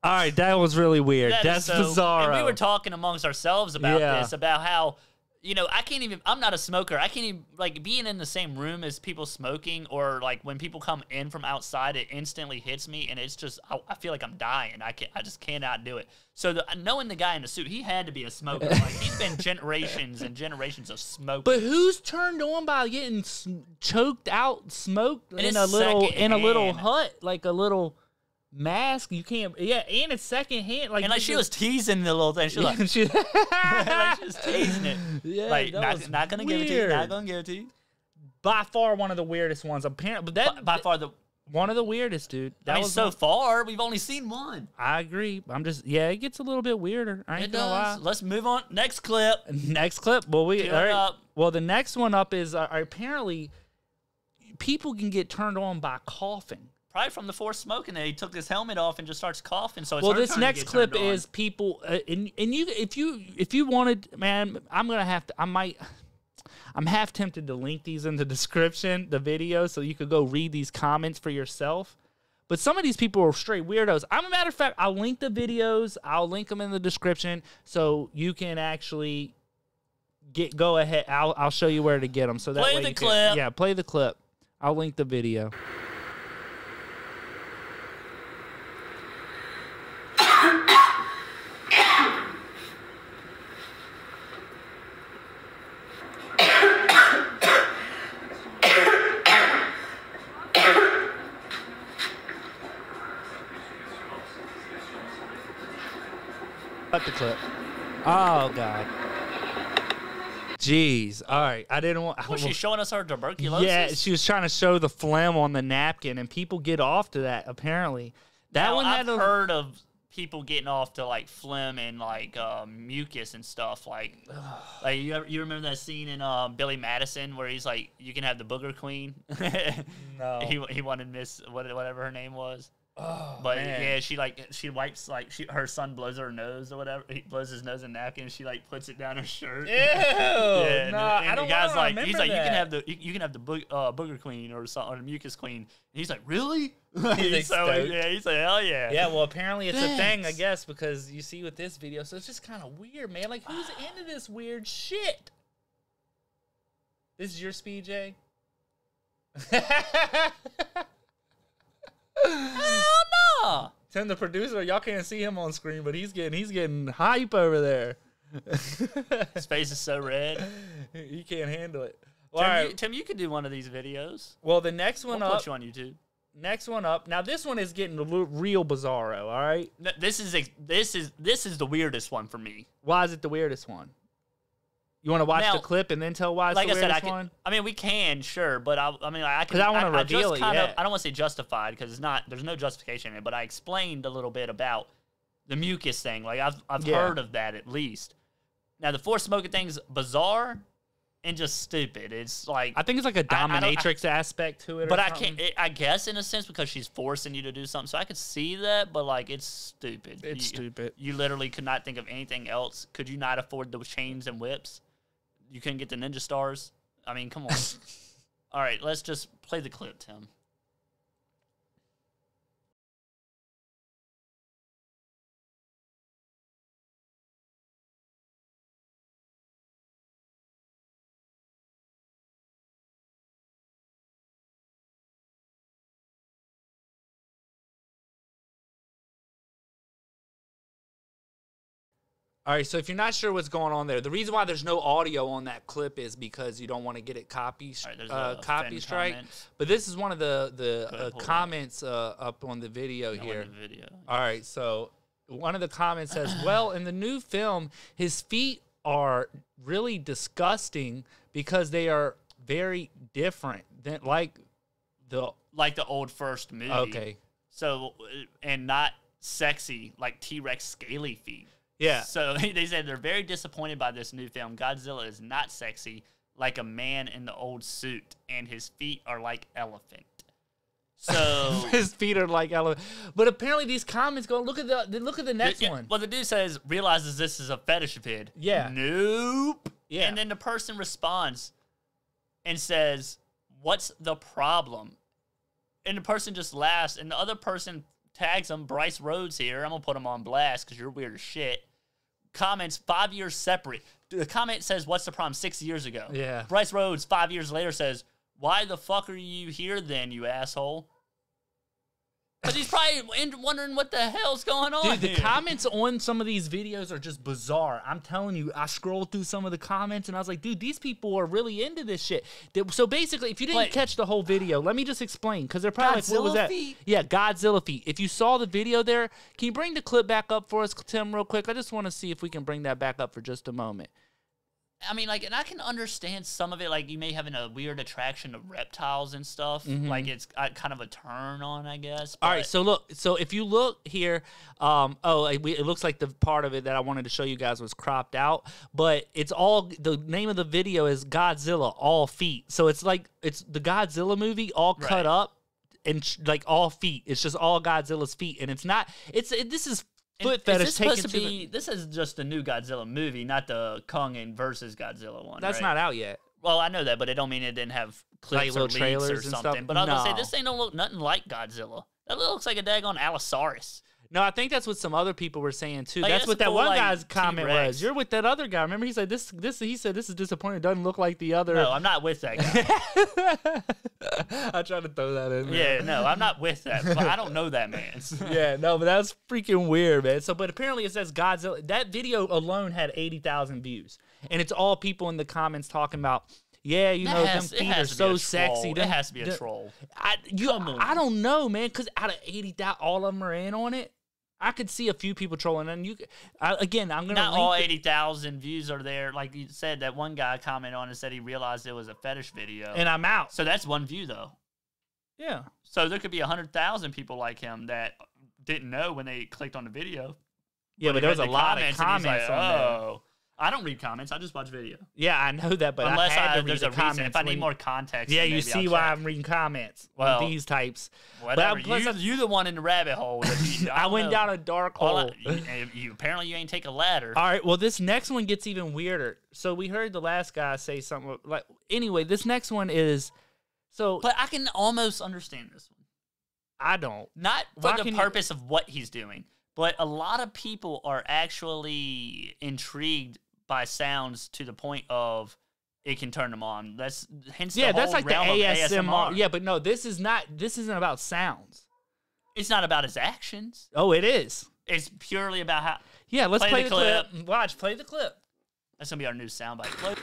Speaker 2: All right, that was really weird.
Speaker 3: That is
Speaker 2: That's
Speaker 3: so-
Speaker 2: bizarre.
Speaker 3: And we were talking amongst ourselves about
Speaker 2: Yeah.
Speaker 3: this, about how you know I can't even. I'm not a smoker. I can't even like being in the same room as people smoking, or like when people come in from outside, it instantly hits me, and it's just I, I feel like I'm dying. I can not I just cannot do it. So the, knowing the guy in the suit, he had to be a smoker. like he's been generations and generations of smokers.
Speaker 2: but who's turned on by getting s- choked out, smoked
Speaker 3: And
Speaker 2: in
Speaker 3: it's
Speaker 2: a little in a little
Speaker 3: secondhand.
Speaker 2: hut, like a little mask? You can't. Yeah, and it's secondhand. Like
Speaker 3: and like
Speaker 2: you
Speaker 3: she was
Speaker 2: just-
Speaker 3: teasing the little thing. She was like.
Speaker 2: She-
Speaker 3: like, she was teasing it.
Speaker 2: Yeah,
Speaker 3: like
Speaker 2: that
Speaker 3: not,
Speaker 2: was
Speaker 3: not gonna give it to you.
Speaker 2: weird.
Speaker 3: Not gonna give it to you.
Speaker 2: by far one of the weirdest ones. Apparently, but
Speaker 3: By,
Speaker 2: that
Speaker 3: by far the
Speaker 2: one of the weirdest, dude. That
Speaker 3: I mean,
Speaker 2: was
Speaker 3: so
Speaker 2: one-
Speaker 3: far we've only seen one.
Speaker 2: I agree. I'm just yeah, it gets a little bit weirder. I ain't
Speaker 3: It
Speaker 2: gonna
Speaker 3: does.
Speaker 2: lie.
Speaker 3: Let's move on. Next clip.
Speaker 2: Next clip. Well, we
Speaker 3: Cue
Speaker 2: all
Speaker 3: it
Speaker 2: right.
Speaker 3: up.
Speaker 2: Well, the next one up is uh, apparently people can get turned on by coughing.
Speaker 3: Probably from the force smoking. And he took his helmet off and just starts coughing. So it's
Speaker 2: well,
Speaker 3: her
Speaker 2: this
Speaker 3: turn to
Speaker 2: next
Speaker 3: get
Speaker 2: clip
Speaker 3: turned on.
Speaker 2: is people uh, and and you if you if you wanted, man, I'm gonna have to. I might. I'm half tempted to link these in the description, the video, so you could go read these comments for yourself. But some of these people are straight weirdos. I'm a matter of fact, I'll link the videos. I'll link them in the description so you can actually get go ahead. I'll I'll show you where to get them. So that
Speaker 3: Play
Speaker 2: way
Speaker 3: the
Speaker 2: you can-
Speaker 3: clip.
Speaker 2: yeah, play the clip. I'll link the video. Cut the clip. Oh God. Jeez. All right. I didn't want.
Speaker 3: Was
Speaker 2: I-
Speaker 3: she showing us her tuberculosis?
Speaker 2: yeah, she was trying to show the phlegm on the napkin, and people get off to that. Apparently, that
Speaker 3: Now,
Speaker 2: one
Speaker 3: I've
Speaker 2: had a,
Speaker 3: heard of people getting off to like phlegm and like um, mucus and stuff. Like, like you ever, you remember that scene in um, Billy Madison where he's like, "You can have the booger queen."
Speaker 2: No.
Speaker 3: he he wanted Miss what- whatever her name was.
Speaker 2: Oh,
Speaker 3: But
Speaker 2: man.
Speaker 3: yeah, she like she wipes like she her son blows her nose or whatever. He blows his nose in a napkin. and She like puts it down her shirt.
Speaker 2: Ew.
Speaker 3: Yeah,
Speaker 2: no,
Speaker 3: and, and
Speaker 2: Oh, I don't.
Speaker 3: the guy's
Speaker 2: I don't
Speaker 3: like,
Speaker 2: remember
Speaker 3: he's like, you
Speaker 2: that."
Speaker 3: can have the you, you can have the boog- uh, booger queen or something, or the mucus queen. And he's like, really?
Speaker 2: like,
Speaker 3: so,
Speaker 2: stoked.
Speaker 3: yeah, he's like, hell yeah.
Speaker 2: Yeah, well, apparently it's a thing, I
Speaker 3: Thanks.
Speaker 2: guess, because you see with this video, so it's just kind of weird, man. Like, who's into this weird shit? This is your speed, Jay.
Speaker 3: Nah.
Speaker 2: Tim, the producer, y'all can't see him on screen, but he's getting he's getting hype over there.
Speaker 3: His face is so red.
Speaker 2: he can't handle it. All
Speaker 3: Tim,
Speaker 2: right.
Speaker 3: you, Tim, you could do one of these videos.
Speaker 2: well, the next
Speaker 3: We'll
Speaker 2: one
Speaker 3: put
Speaker 2: up.
Speaker 3: you on YouTube.
Speaker 2: Next one up. Now this one is getting a little, real bizarro. All right.
Speaker 3: No, this is ex- this is this is the weirdest one for me.
Speaker 2: Why is it the weirdest one? You want to watch
Speaker 3: Now-
Speaker 2: the clip and then tell why it's
Speaker 3: like
Speaker 2: the
Speaker 3: I
Speaker 2: weirdest
Speaker 3: said, I
Speaker 2: one?
Speaker 3: can. I mean, we can, sure, but I, I mean, like, I can.
Speaker 2: 'Cause I wanna
Speaker 3: just
Speaker 2: reveal it
Speaker 3: kinda-
Speaker 2: yet.
Speaker 3: I don't want to say justified because it's not. There's no justification in it. But I explained a little bit about the mucus thing. Like I've I've
Speaker 2: Yeah.
Speaker 3: heard of that at least. Now the force smoking thing's bizarre and just stupid. It's like,
Speaker 2: I think it's like a
Speaker 3: I- I don't-
Speaker 2: dominatrix aspect to it. or
Speaker 3: but I
Speaker 2: something.
Speaker 3: can't. It, I guess in a sense because she's forcing you to do something, so I could see that. But like, it's stupid.
Speaker 2: It's
Speaker 3: You-
Speaker 2: stupid.
Speaker 3: You literally could not think of anything else. Could you not afford the chains and whips? You couldn't get the ninja stars. I mean, come on. All right, let's just play the clip, Tim.
Speaker 2: All right, so if you're not sure what's going on there, the reason why there's no audio on that clip is because you don't want to get it copy
Speaker 3: All right, there's
Speaker 2: uh,
Speaker 3: a
Speaker 2: copy
Speaker 3: fan
Speaker 2: strike.
Speaker 3: comment.
Speaker 2: But this is one of the the
Speaker 3: ahead,
Speaker 2: uh,
Speaker 3: pull it up.
Speaker 2: comments uh, up on the video
Speaker 3: Now in
Speaker 2: here.
Speaker 3: the video.
Speaker 2: All right, so one of the comments says, "Well, in the new film, his feet are really disgusting because they are very different than like the
Speaker 3: Like the old first movie.
Speaker 2: okay,
Speaker 3: So uh, and not sexy like T Rex scaly feet.
Speaker 2: yeah,
Speaker 3: So they said they're very disappointed by this new film. Godzilla is not sexy like a man in the old suit, and his feet are like elephant. So
Speaker 2: his feet are like elephant." But apparently, these comments go, "Look at the then look at the next
Speaker 3: Yeah,
Speaker 2: one."
Speaker 3: Well, the dude says realizes this is a fetish of his.
Speaker 2: Yeah.
Speaker 3: Nope.
Speaker 2: Yeah.
Speaker 3: And then the person responds and says, "What's the problem?" And the person just laughs, and the other person tags him, Bryce Rhodes here. I'm gonna put him on blast because you're weird as shit. Comments five years separate. The comment says, "What's the problem?" Six years ago.
Speaker 2: Yeah.
Speaker 3: Bryce Rhodes five years later says, "Why the fuck are you here then, you asshole?" Because he's probably in- wondering what the hell's going on.
Speaker 2: Dude, the
Speaker 3: here.
Speaker 2: comments on some of these videos are just bizarre. I'm telling you, I scrolled through some of the comments and I was like, dude, these people are really into this shit. They- so basically, if you didn't
Speaker 3: Wait.
Speaker 2: catch the whole video, let me just explain because they're probably like, what was
Speaker 3: Godzilla
Speaker 2: that?
Speaker 3: feet?
Speaker 2: Yeah, Godzilla feet. If you saw the video there, can you bring the clip back up for us, Tim, real quick? I just want to see if we can bring that back up for just a moment.
Speaker 3: I mean, like, and I can understand some of it. Like, you may having a weird attraction to reptiles and stuff. Like, it's uh, kind of a turn on, I guess.
Speaker 2: Mm-hmm. All right,
Speaker 3: but-
Speaker 2: so look, so if you look here, um, oh, it, we- it looks like the part of it that I wanted to show you guys was cropped out, but it's all the name of the video is Godzilla All Feet. So it's like it's the Godzilla movie all cut
Speaker 3: Right.
Speaker 2: up and sh- like all feet. It's just all Godzilla's feet, and it's not. It's it, this is
Speaker 3: And
Speaker 2: foot
Speaker 3: is
Speaker 2: fetish
Speaker 3: this
Speaker 2: taken
Speaker 3: supposed to
Speaker 2: the-
Speaker 3: be? This is just the new Godzilla movie, not the Kong and versus Godzilla one.
Speaker 2: that's
Speaker 3: right?
Speaker 2: not out yet.
Speaker 3: Well, I know that, but it don't mean it didn't have clips
Speaker 2: little
Speaker 3: or leaks
Speaker 2: trailers
Speaker 3: or
Speaker 2: and stuff?
Speaker 3: something. But I was gonna
Speaker 2: No.
Speaker 3: say this thing don't look nothing like Godzilla. That looks like a daggone Allosaurus.
Speaker 2: No, I think that's what some other people were saying too.
Speaker 3: Like,
Speaker 2: that's
Speaker 3: that's
Speaker 2: what that
Speaker 3: more
Speaker 2: one
Speaker 3: like
Speaker 2: guy's comment was.
Speaker 3: T-Rex.
Speaker 2: You're with that other guy. Remember, he said this. This he said this is disappointing. It doesn't look like the other.
Speaker 3: No, I'm not with that guy.
Speaker 2: I tried to throw that in. there.
Speaker 3: yeah, no, I'm not with that. But I don't know that man.
Speaker 2: Yeah, no, but that's freaking weird, man. So, but apparently it says Godzilla. That video alone had 80,000 views. And it's all people in the comments talking about, yeah, you
Speaker 3: That
Speaker 2: know,
Speaker 3: has-
Speaker 2: them
Speaker 3: it
Speaker 2: feet are
Speaker 3: has to be
Speaker 2: so
Speaker 3: a
Speaker 2: sexy.
Speaker 3: troll.
Speaker 2: Them-
Speaker 3: It has to be a
Speaker 2: the-
Speaker 3: troll.
Speaker 2: I, you,
Speaker 3: Come on.
Speaker 2: I don't know, man, because out of 80,000, all of them are in on it. I could see a few people trolling. And you, I, again, I'm going to.
Speaker 3: Not all eighty thousand views are there. Like you said, that one guy commented on and said he realized it was a fetish video.
Speaker 2: And I'm out.
Speaker 3: so that's one view though.
Speaker 2: Yeah.
Speaker 3: So there could be hundred thousand people like him that didn't know when they clicked on the video.
Speaker 2: Yeah, but
Speaker 3: They
Speaker 2: there was a
Speaker 3: read the
Speaker 2: lot of
Speaker 3: and he's like,
Speaker 2: comments on there.
Speaker 3: "Oh." I don't read comments. I just watch video.
Speaker 2: Yeah, I know that, but
Speaker 3: Unless
Speaker 2: I had
Speaker 3: I,
Speaker 2: to read
Speaker 3: there's
Speaker 2: the
Speaker 3: a reason. If
Speaker 2: comments
Speaker 3: I need
Speaker 2: when-
Speaker 3: more context,
Speaker 2: Yeah,
Speaker 3: then
Speaker 2: you
Speaker 3: maybe
Speaker 2: see
Speaker 3: I'll
Speaker 2: why
Speaker 3: check.
Speaker 2: I'm reading comments
Speaker 3: Well,
Speaker 2: on these types.
Speaker 3: Whatever.
Speaker 2: I'm- plus
Speaker 3: you,
Speaker 2: I'm-
Speaker 3: you the one in the rabbit hole. that you-
Speaker 2: I,
Speaker 3: don't
Speaker 2: went
Speaker 3: know.
Speaker 2: down a dark hole.
Speaker 3: All I- you, you- apparently you ain't take a ladder.
Speaker 2: All right, well, this next one gets even weirder. So we heard the last guy say something like, anyway, this next one is so
Speaker 3: but I can almost understand this one.
Speaker 2: I don't.
Speaker 3: Not
Speaker 2: Why
Speaker 3: for the
Speaker 2: can you-
Speaker 3: purpose of what he's doing, but a lot of people are actually intrigued by sounds to the point of it can turn them on. That's hence the
Speaker 2: Yeah, that's
Speaker 3: whole
Speaker 2: like the
Speaker 3: realm of
Speaker 2: ASMR.
Speaker 3: ASMR.
Speaker 2: Yeah, but no, this is not. This isn't about sounds.
Speaker 3: it's not about his actions.
Speaker 2: Oh, it is.
Speaker 3: It's purely about how.
Speaker 2: Yeah, let's play,
Speaker 3: Play
Speaker 2: the,
Speaker 3: the
Speaker 2: clip. Watch, play the clip.
Speaker 3: That's gonna be our new soundbite. Play-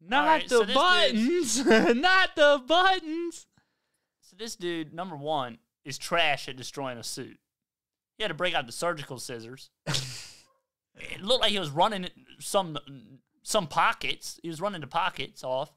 Speaker 2: Not
Speaker 3: right, so
Speaker 2: the
Speaker 3: this
Speaker 2: buttons. not the buttons.
Speaker 3: So this dude, number one, is trash at destroying a suit. He had to break out the surgical scissors. it looked like he was running some some pockets. He was running the pockets off.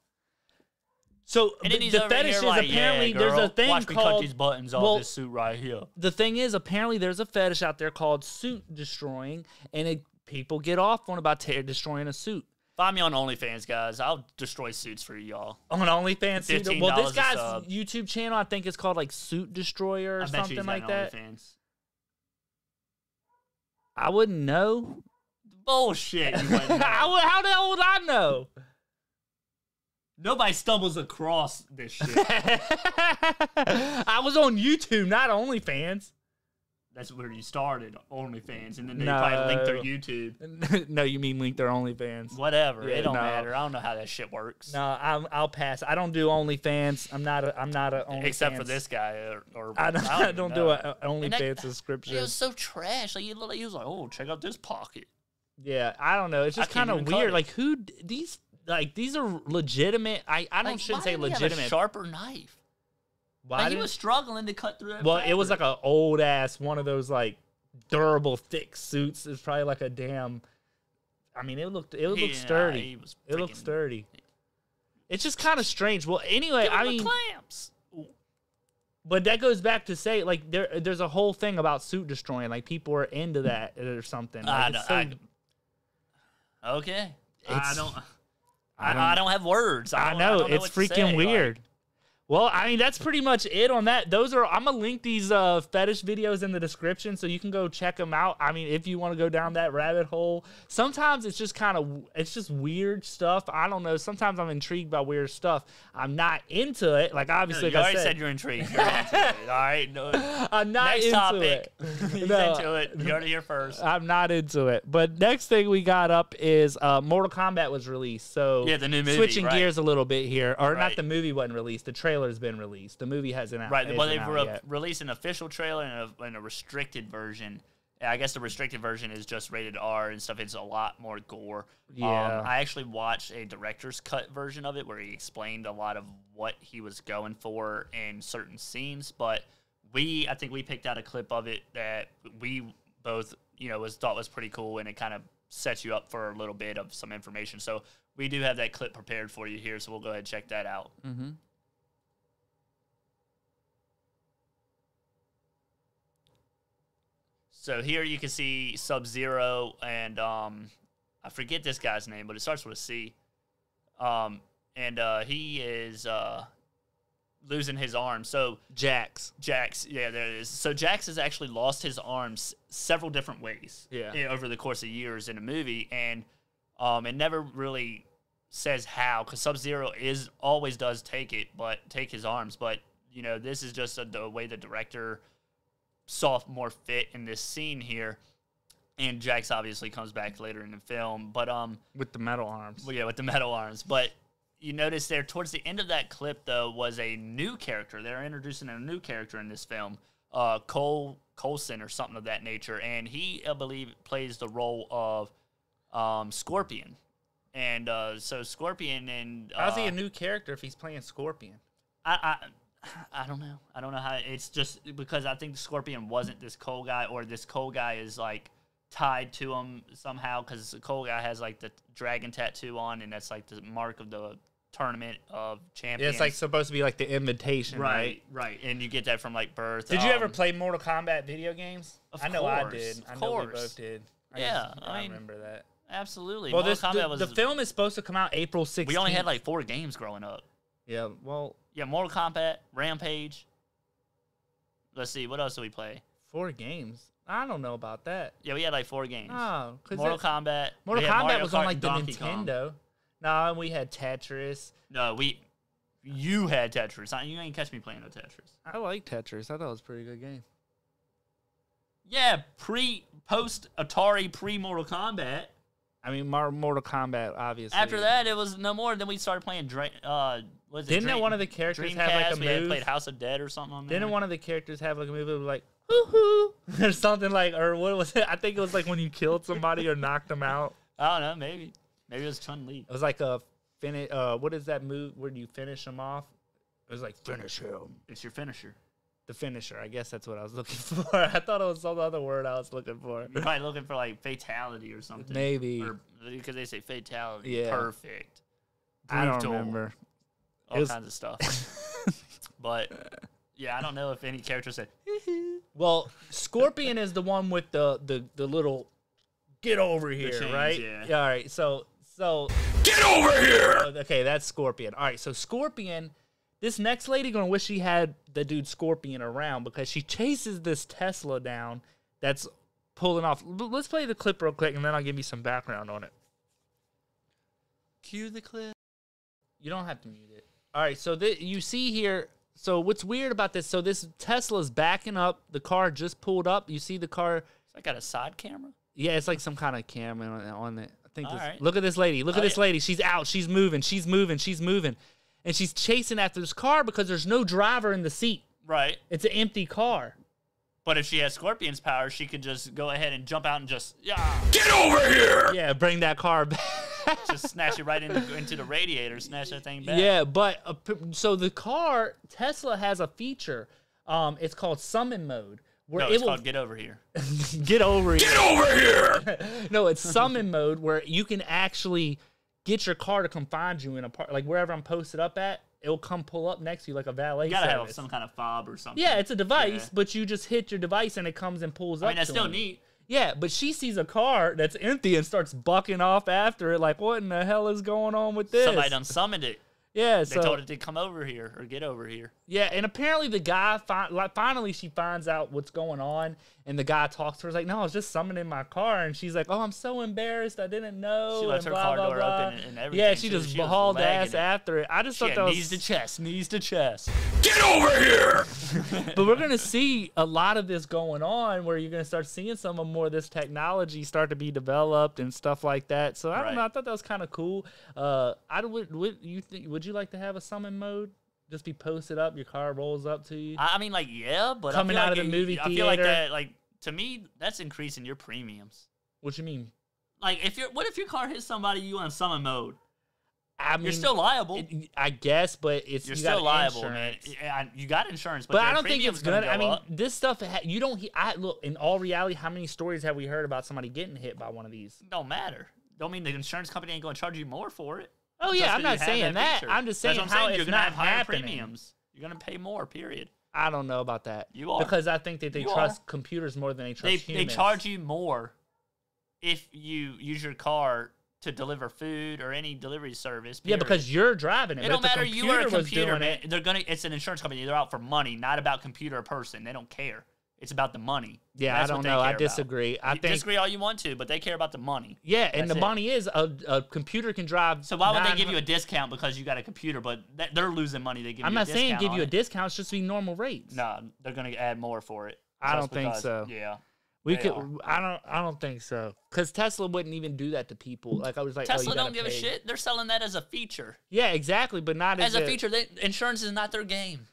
Speaker 2: So
Speaker 3: And then
Speaker 2: the,
Speaker 3: he's
Speaker 2: the
Speaker 3: over here
Speaker 2: fetish is
Speaker 3: like,
Speaker 2: apparently
Speaker 3: yeah,
Speaker 2: there's
Speaker 3: girl,
Speaker 2: a thing
Speaker 3: watch me cut
Speaker 2: called
Speaker 3: these buttons off
Speaker 2: well,
Speaker 3: this suit right here.
Speaker 2: the thing is, apparently there's a fetish out there called suit destroying, and it, people get off on about tear destroying a suit.
Speaker 3: Find me on OnlyFans, guys. I'll destroy suits for y'all.
Speaker 2: On OnlyFans, suit,
Speaker 3: $15
Speaker 2: well, this
Speaker 3: a
Speaker 2: guy's
Speaker 3: sub.
Speaker 2: YouTube channel, I think, is called like Suit Destroyer or
Speaker 3: I bet you
Speaker 2: something
Speaker 3: he's
Speaker 2: like
Speaker 3: on
Speaker 2: that.
Speaker 3: OnlyFans.
Speaker 2: I wouldn't know.
Speaker 3: Bullshit. You wouldn't know.
Speaker 2: I would, how the hell would I know?
Speaker 3: Nobody stumbles across this shit.
Speaker 2: I was on YouTube, not OnlyFans.
Speaker 3: That's where you started OnlyFans, and then they probably linked their
Speaker 2: No.
Speaker 3: YouTube.
Speaker 2: no, you mean link their OnlyFans?
Speaker 3: Whatever.
Speaker 2: Yeah,
Speaker 3: it don't
Speaker 2: no.
Speaker 3: matter. I don't know how that shit works.
Speaker 2: No, I'm, I'll pass. I don't do OnlyFans. I'm not. A, I'm not a OnlyFans.
Speaker 3: Except for this guy, or, or
Speaker 2: I don't, I
Speaker 3: even
Speaker 2: don't
Speaker 3: know.
Speaker 2: do an
Speaker 3: And that-
Speaker 2: OnlyFans
Speaker 3: It
Speaker 2: subscription.
Speaker 3: was so trash. Like he, looked like he was like, "Oh, check out this pocket."
Speaker 2: Yeah, I don't know. It's
Speaker 3: I
Speaker 2: just
Speaker 3: can't
Speaker 2: kind of
Speaker 3: even cut
Speaker 2: weird.
Speaker 3: it.
Speaker 2: Like who d- these like these are legitimate. I I don't
Speaker 3: Like,
Speaker 2: shouldn't say
Speaker 3: why didn't he have
Speaker 2: legitimate.
Speaker 3: a sharper knife.
Speaker 2: why
Speaker 3: like, he
Speaker 2: did-
Speaker 3: was struggling to cut through. That
Speaker 2: well, it was like
Speaker 3: fabric.
Speaker 2: an old ass one of those like durable thick suits. It's probably like a damn. I mean, it looked it looked
Speaker 3: Yeah,
Speaker 2: sturdy.
Speaker 3: he was
Speaker 2: it looked
Speaker 3: freaking-
Speaker 2: sturdy. It's just kind of strange. Well, anyway,
Speaker 3: Give him
Speaker 2: I
Speaker 3: the
Speaker 2: mean,
Speaker 3: clamps.
Speaker 2: but that goes back to say like there there's a whole thing about suit destroying. Like people are into that or something. Like,
Speaker 3: I
Speaker 2: it's
Speaker 3: don't,
Speaker 2: so-
Speaker 3: I- okay. I
Speaker 2: It's-
Speaker 3: don't.
Speaker 2: I
Speaker 3: I
Speaker 2: don't-
Speaker 3: don't, I don't have words. I,
Speaker 2: I
Speaker 3: don't, I
Speaker 2: know
Speaker 3: don't
Speaker 2: it's
Speaker 3: what to say,
Speaker 2: freaking
Speaker 3: like,
Speaker 2: weird. well, I mean that's pretty much it on that. Those are I'm gonna link these uh, fetish videos in the description so you can go check them out. I mean if you want to go down that rabbit hole, sometimes it's just kind of it's just weird stuff. I don't know. Sometimes I'm intrigued by weird stuff. I'm not into it. Like
Speaker 3: No,
Speaker 2: obviously,
Speaker 3: you
Speaker 2: like I
Speaker 3: already
Speaker 2: said,
Speaker 3: said, you're intrigued. You're into it. All right. No,
Speaker 2: I'm not
Speaker 3: next
Speaker 2: into
Speaker 3: topic.
Speaker 2: it.
Speaker 3: He's
Speaker 2: No,
Speaker 3: into it. You heard it here first.
Speaker 2: I'm not into it. But next thing we got up is uh, Mortal Kombat was released. So
Speaker 3: Yeah, the new movie,
Speaker 2: Switching
Speaker 3: right.
Speaker 2: gears a little bit here, or not
Speaker 3: Right.
Speaker 2: the movie wasn't released. The trailer's been released. The movie hasn't out.
Speaker 3: Right. Well,
Speaker 2: isn't
Speaker 3: they've
Speaker 2: out
Speaker 3: re-
Speaker 2: yet.
Speaker 3: released an official trailer and a, and a restricted version. And I guess the restricted version is just rated R and stuff. It's a lot more gore.
Speaker 2: Yeah.
Speaker 3: Um, I actually watched a director's cut version of it where he explained a lot of what he was going for in certain scenes. But we, I think we picked out a clip of it that we both, you know, was thought was pretty cool and it kind of sets you up for a little bit of some information. So we do have that clip prepared for you here. So we'll go ahead and check that out. So here you can see Sub Zero and um, I forget this guy's name, but it starts with a C. Um, and uh, he is uh, losing his arm. So
Speaker 2: Jax.
Speaker 3: Jax, yeah, there it is. So Jax has actually lost his arms several different ways,
Speaker 2: Yeah.
Speaker 3: i- over the course of years in the movie, and um, it never really says how, because Sub Zero is always does take it, but take his arms, but you know this is just a, the way the director saw more fit in this scene here, and Jax obviously comes back later in the film, but um,
Speaker 2: with the metal arms.
Speaker 3: well, yeah, with the metal arms. But you notice there towards the end of that clip, though, was a new character. They're introducing a new character in this film, uh, Cole Colson or something of that nature, and he, I believe, plays the role of um, Scorpion. And uh, so Scorpion and uh,
Speaker 2: How's he a new character if he's playing Scorpion?
Speaker 3: I, I, I don't know. I don't know how. It's just because I think the Scorpion wasn't this Cole guy, or this Cole guy is like tied to him somehow because the Cole guy has like the dragon tattoo on, and that's like the mark of the tournament of
Speaker 2: Yeah,
Speaker 3: champions.
Speaker 2: it's like supposed to be like the invitation, right?
Speaker 3: right, right, and you get that from like birth.
Speaker 2: Did you ever
Speaker 3: um,
Speaker 2: play Mortal Kombat video games?
Speaker 3: Of
Speaker 2: I know I
Speaker 3: course,
Speaker 2: did.
Speaker 3: of
Speaker 2: I know we
Speaker 3: course.
Speaker 2: both did. I
Speaker 3: Yeah,
Speaker 2: just-
Speaker 3: I
Speaker 2: I
Speaker 3: mean-
Speaker 2: remember that.
Speaker 3: Absolutely.
Speaker 2: Well,
Speaker 3: Mortal
Speaker 2: this, the,
Speaker 3: Kombat was
Speaker 2: the film is supposed to come out April 16th.
Speaker 3: We only had like four games growing up.
Speaker 2: yeah. Well,
Speaker 3: Yeah, Mortal Kombat, Rampage. Let's see, what else did we play?
Speaker 2: four games. I don't know about that.
Speaker 3: Yeah, we had like four games.
Speaker 2: Oh, 'cause
Speaker 3: Mortal
Speaker 2: it-
Speaker 3: Kombat. we
Speaker 2: Mortal
Speaker 3: had
Speaker 2: Kombat
Speaker 3: Mario
Speaker 2: was
Speaker 3: Kart
Speaker 2: on like
Speaker 3: and
Speaker 2: the
Speaker 3: Donkey Kong.
Speaker 2: Nintendo. No, and we had Tetris.
Speaker 3: No, we. You had Tetris. I- You ain't catch me playing no Tetris.
Speaker 2: I like Tetris. I thought it was a pretty good game.
Speaker 3: Yeah, pre post Atari pre Mortal Kombat.
Speaker 2: I mean, Mar- Mortal Kombat, obviously.
Speaker 3: After that, it was no more. Then we started playing. Dra- uh, was it
Speaker 2: Didn't that
Speaker 3: Dream-
Speaker 2: one of the characters have, like, a
Speaker 3: Dreamcast? We had
Speaker 2: move?
Speaker 3: played House of Dead or something on there.
Speaker 2: didn't one of the characters have like a movie like hoo hoo or something like or what was it? I think it was like when you killed somebody or knocked them out.
Speaker 3: I don't know. Maybe maybe it was Chun Li.
Speaker 2: It was like a finish. Uh, what is that move where you finish them off? It was like finish him.
Speaker 3: It's your finisher.
Speaker 2: The finisher. I guess that's what I was looking for. I thought it was some other word I was looking for.
Speaker 3: You're probably looking for like fatality or something.
Speaker 2: Maybe.
Speaker 3: Or because they say fatality.
Speaker 2: Yeah.
Speaker 3: Perfect.
Speaker 2: I don't
Speaker 3: Brutal.
Speaker 2: remember.
Speaker 3: All
Speaker 2: was-
Speaker 3: kinds of stuff. but yeah, I don't know if any character said
Speaker 2: Well, Scorpion is the one with the the, the little get over here,
Speaker 3: chains,
Speaker 2: right?
Speaker 3: yeah.
Speaker 2: All right. So so get over here. Okay, that's Scorpion. All right. So Scorpion, this next lady gonna wish she had the dude Scorpion around because she chases this Tesla down. That's pulling off. L- Let's play the clip real quick, and then I'll give you some background on it.
Speaker 3: cue the clip.
Speaker 2: You don't have to mute it. All right, so th- you see here. So what's weird about this? So this Tesla's backing up. The car just pulled up. You see the car.
Speaker 3: I got a side camera.
Speaker 2: Yeah, it's like some kind of camera on, on it. I think.
Speaker 3: All
Speaker 2: This,
Speaker 3: right.
Speaker 2: Look at this lady. Look
Speaker 3: Oh,
Speaker 2: at this
Speaker 3: yeah.
Speaker 2: lady. She's out. She's moving. She's moving. She's moving, and she's chasing after this car because there's no driver in the seat.
Speaker 3: Right.
Speaker 2: It's an empty car.
Speaker 3: But if she has Scorpion's power, she could just go ahead and jump out and just yeah,
Speaker 2: Yeah, bring that car back.
Speaker 3: just snatch it right into into the radiator, snatch that thing back.
Speaker 2: Yeah, but uh, p- so the car Tesla has a feature. Um, it's called summon mode, where
Speaker 3: No,
Speaker 2: it
Speaker 3: it's
Speaker 2: will
Speaker 3: called get over here.
Speaker 2: get over here. Get over here. no, it's summon mode where you can actually get your car to come find you in a part, like wherever I'm posted up at. It'll come pull up next to you like a valet
Speaker 3: You gotta have
Speaker 2: service.
Speaker 3: some kind of fob or something.
Speaker 2: yeah, it's a device,
Speaker 3: Yeah.
Speaker 2: but you just hit your device and it comes and pulls up.
Speaker 3: I mean that's
Speaker 2: to
Speaker 3: still
Speaker 2: him.
Speaker 3: neat.
Speaker 2: Yeah, but she sees a car that's empty and starts bucking off after it. Like, what in the hell is going on with this?
Speaker 3: Somebody done summoned it.
Speaker 2: Yeah,
Speaker 3: They
Speaker 2: so
Speaker 3: told it to come over here or get over here.
Speaker 2: Yeah, and apparently the guy fi- like, finally she finds out what's going on, and the guy talks to her. He's like, "No, I was just summoning my car," and she's like, "Oh, I'm so embarrassed. I didn't know."
Speaker 3: She
Speaker 2: and
Speaker 3: left her
Speaker 2: blah,
Speaker 3: car
Speaker 2: blah,
Speaker 3: door
Speaker 2: blah.
Speaker 3: open and- and everything.
Speaker 2: Yeah, she
Speaker 3: She
Speaker 2: just
Speaker 3: was- she was
Speaker 2: hauled ass
Speaker 3: lagging it.
Speaker 2: after it. I just
Speaker 3: She
Speaker 2: thought
Speaker 3: had
Speaker 2: that was
Speaker 3: knees to chest, knees to chest.
Speaker 2: but we're gonna see a lot of this going on where you're gonna start seeing some of more of this technology start to be developed and stuff like that. So I don't
Speaker 3: Right.
Speaker 2: know. I thought that was kind of cool. Uh, I don't- would. Would you think? Would you like to have a summon mode? Just be posted up. Your car rolls up to you.
Speaker 3: I I mean, like, yeah, but I
Speaker 2: Coming
Speaker 3: feel
Speaker 2: out
Speaker 3: like
Speaker 2: of the
Speaker 3: it-
Speaker 2: movie
Speaker 3: I feel like
Speaker 2: theater.
Speaker 3: that, like to me, that's increasing your premiums.
Speaker 2: what you mean?
Speaker 3: Like, if you're, what if your car hits somebody, you on summon mode?
Speaker 2: I mean,
Speaker 3: You're still liable.
Speaker 2: It- I guess, but it's
Speaker 3: you're
Speaker 2: you
Speaker 3: still
Speaker 2: got
Speaker 3: liable,
Speaker 2: insurance.
Speaker 3: man. Yeah, I- You got insurance, but,
Speaker 2: But
Speaker 3: your
Speaker 2: I don't think
Speaker 3: premium's
Speaker 2: it's gonna. I mean,
Speaker 3: go up.
Speaker 2: this stuff ha- you don't. He- I look in all reality. How many stories have we heard about somebody getting hit by one of these?
Speaker 3: don't matter. Don't mean the insurance company ain't going to charge you more for it.
Speaker 2: Oh yeah,
Speaker 3: Just
Speaker 2: I'm
Speaker 3: 'cause
Speaker 2: not
Speaker 3: you have
Speaker 2: saying that.
Speaker 3: feature.
Speaker 2: I'm just
Speaker 3: That's
Speaker 2: saying
Speaker 3: what
Speaker 2: how
Speaker 3: You're
Speaker 2: it's
Speaker 3: gonna
Speaker 2: not
Speaker 3: have higher
Speaker 2: happening.
Speaker 3: premiums. You're going to pay more. Period.
Speaker 2: I don't know about that.
Speaker 3: You are.
Speaker 2: because I think that they
Speaker 3: You
Speaker 2: trust
Speaker 3: are.
Speaker 2: computers more than they
Speaker 3: They
Speaker 2: trust
Speaker 3: they
Speaker 2: humans.
Speaker 3: charge you more if you use your car to deliver food or any delivery service.
Speaker 2: Yeah,
Speaker 3: period.
Speaker 2: because you're driving it.
Speaker 3: It
Speaker 2: but
Speaker 3: don't
Speaker 2: if the
Speaker 3: matter. You are a
Speaker 2: computer was
Speaker 3: computer
Speaker 2: doing
Speaker 3: man.
Speaker 2: it.
Speaker 3: They're gonna. It's an insurance company. They're out for money, not about computer or person. They don't care. It's about the money.
Speaker 2: Yeah, I
Speaker 3: That's what
Speaker 2: don't
Speaker 3: they
Speaker 2: know. I
Speaker 3: care about.
Speaker 2: disagree. I
Speaker 3: You
Speaker 2: think-
Speaker 3: disagree all you want to, but they care about the money.
Speaker 2: Yeah, and
Speaker 3: That's
Speaker 2: the
Speaker 3: it.
Speaker 2: money is a, a computer can drive.
Speaker 3: So why would they give you a
Speaker 2: 900
Speaker 3: discount because you got a computer? But that, they're losing money. They give.
Speaker 2: I'm
Speaker 3: you a
Speaker 2: not saying
Speaker 3: discount
Speaker 2: give
Speaker 3: on
Speaker 2: you a
Speaker 3: it.
Speaker 2: discount. It's just be normal rates.
Speaker 3: No, they're gonna add more for it.
Speaker 2: I
Speaker 3: just
Speaker 2: don't think
Speaker 3: because-
Speaker 2: so. Oh,
Speaker 3: Yeah.
Speaker 2: We
Speaker 3: They
Speaker 2: could.
Speaker 3: are.
Speaker 2: I don't. I don't think so. Cause Tesla wouldn't even do that to people. Like I was like, oh,
Speaker 3: Tesla
Speaker 2: you
Speaker 3: don't
Speaker 2: gotta
Speaker 3: give a
Speaker 2: pay.
Speaker 3: shit. They're selling that as a feature.
Speaker 2: Yeah, exactly. But not
Speaker 3: As
Speaker 2: as,
Speaker 3: a feature, they, insurance is not their game.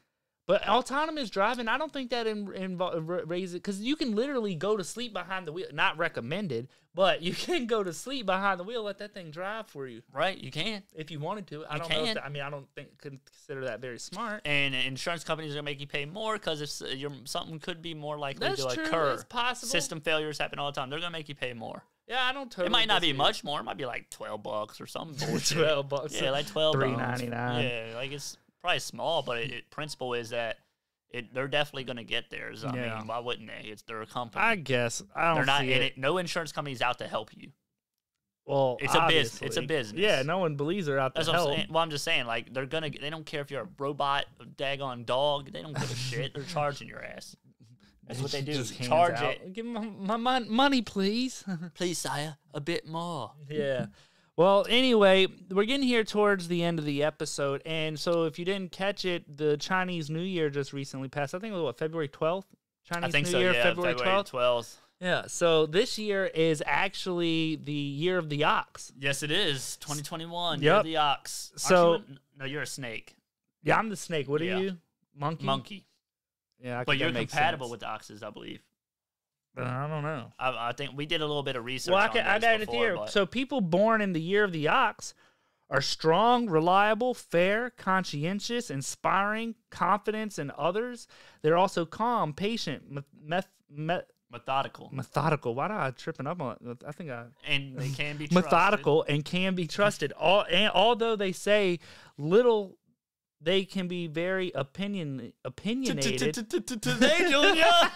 Speaker 2: But autonomous driving, I don't think that in, invo- uh, ra- raises because you can literally go to sleep behind the wheel. Not recommended, but you can go to sleep behind the wheel. Let that thing drive for you
Speaker 3: Right? You can.
Speaker 2: if you wanted to. I
Speaker 3: You
Speaker 2: don't know. If
Speaker 3: can.
Speaker 2: that, I mean, I don't think consider that very smart.
Speaker 3: And insurance companies are gonna make you pay more because if s- you're, something could be more likely
Speaker 2: That's
Speaker 3: to
Speaker 2: true.
Speaker 3: occur.
Speaker 2: It's possible.
Speaker 3: System failures happen all the time. They're gonna make you pay more.
Speaker 2: Yeah, I don't totally.
Speaker 3: It might not be
Speaker 2: disagree.
Speaker 3: much more. It might be like twelve bucks or something. bullshit.
Speaker 2: Twelve bucks.
Speaker 3: Yeah, like twelve.
Speaker 2: Three
Speaker 3: dollars.
Speaker 2: ninety nine.
Speaker 3: Yeah, like it's probably small, but it, it principle is that it they're definitely gonna get theirs. I
Speaker 2: Yeah.
Speaker 3: mean, why wouldn't they? It's their company.
Speaker 2: I guess I don't.
Speaker 3: they're not
Speaker 2: see
Speaker 3: in it. No insurance company's out to help you.
Speaker 2: Well,
Speaker 3: It's a bus- it's a
Speaker 2: obviously.
Speaker 3: business.
Speaker 2: Yeah, no one believes her out to
Speaker 3: That's what I'm
Speaker 2: help.
Speaker 3: saying. Well, I'm just saying, like they're gonna. They don't care if you're a robot, a daggone dog. They don't give a shit. They're charging your ass. That's what they do.
Speaker 2: Just hands
Speaker 3: Charge
Speaker 2: out.
Speaker 3: it,
Speaker 2: Give me my, my mon- money, please.
Speaker 3: please, sire. A bit more.
Speaker 2: yeah. Well, anyway, we're getting here towards the end of the episode, and so if you didn't catch it, the Chinese New Year just recently passed. I think it was what February twelfth. Chinese
Speaker 3: I think
Speaker 2: New
Speaker 3: so.
Speaker 2: Year,
Speaker 3: yeah,
Speaker 2: February twelfth.
Speaker 3: twelfth.
Speaker 2: Yeah. So this year is actually the year of the ox.
Speaker 3: Yes, it is. 2021.
Speaker 2: Yep.
Speaker 3: You're the ox. Aren't
Speaker 2: So-
Speaker 3: you a- no, you're a snake,
Speaker 2: Yeah, I'm the snake. What are
Speaker 3: Yeah.
Speaker 2: you? Monkey.
Speaker 3: monkey.
Speaker 2: Yeah, I
Speaker 3: But
Speaker 2: think that
Speaker 3: you're
Speaker 2: makes
Speaker 3: compatible
Speaker 2: sense.
Speaker 3: with the oxes, I believe.
Speaker 2: Uh, I don't know.
Speaker 3: I, I think we did a little bit of research.
Speaker 2: Well, I,
Speaker 3: on
Speaker 2: can, I
Speaker 3: those
Speaker 2: got it
Speaker 3: before,
Speaker 2: here.
Speaker 3: but-
Speaker 2: So people born in the year of the ox are strong, reliable, fair, conscientious, inspiring, confidence in others. They're also calm, patient, meth- meth- me-
Speaker 3: methodical,
Speaker 2: methodical. Why am I tripping up on it? I think I
Speaker 3: and they can be trusted.
Speaker 2: methodical and can be trusted. All and although they say little, they can be very opinion opinionated.
Speaker 3: Today, Julia.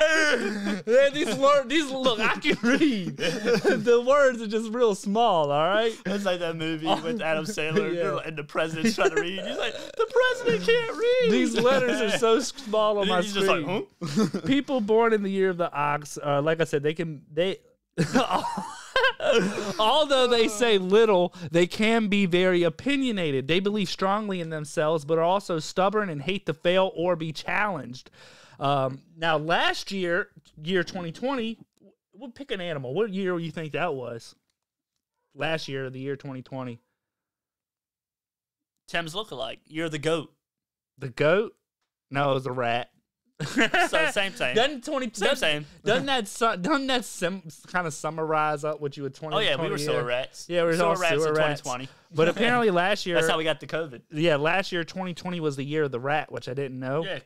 Speaker 2: Yeah, these words, these look, I can read. the words are just real small. All right.
Speaker 3: It's like that movie with Adam Sandler
Speaker 2: Oh, Yeah.
Speaker 3: and the president's trying to read. He's like, the president can't read.
Speaker 2: These letters are so small on my
Speaker 3: He's just like,
Speaker 2: screen. People born in the year of the ox, uh, like I said, they can they. Although they say little, they can be very opinionated. They believe strongly in themselves, but are also stubborn and hate to fail or be challenged. Um, now, last year, year 2020, we'll pick an animal. What year do you think that was? Last year, the year 2020.
Speaker 3: Tim's lookalike. You're the goat.
Speaker 2: The goat? No, it was a rat.
Speaker 3: So same thing.
Speaker 2: Doesn't twenty
Speaker 3: Same,
Speaker 2: doesn't,
Speaker 3: same.
Speaker 2: doesn't that su- doesn't that sim- kind of summarize up what you would twenty?
Speaker 3: oh yeah, we were sewer rats.
Speaker 2: Yeah, we were
Speaker 3: sewer
Speaker 2: all
Speaker 3: rats
Speaker 2: sewer
Speaker 3: in
Speaker 2: rats.
Speaker 3: 2020.
Speaker 2: But apparently last year,
Speaker 3: That's how we got the COVID.
Speaker 2: yeah, last year twenty twenty was the year of the rat, which I didn't know.
Speaker 3: Yeah,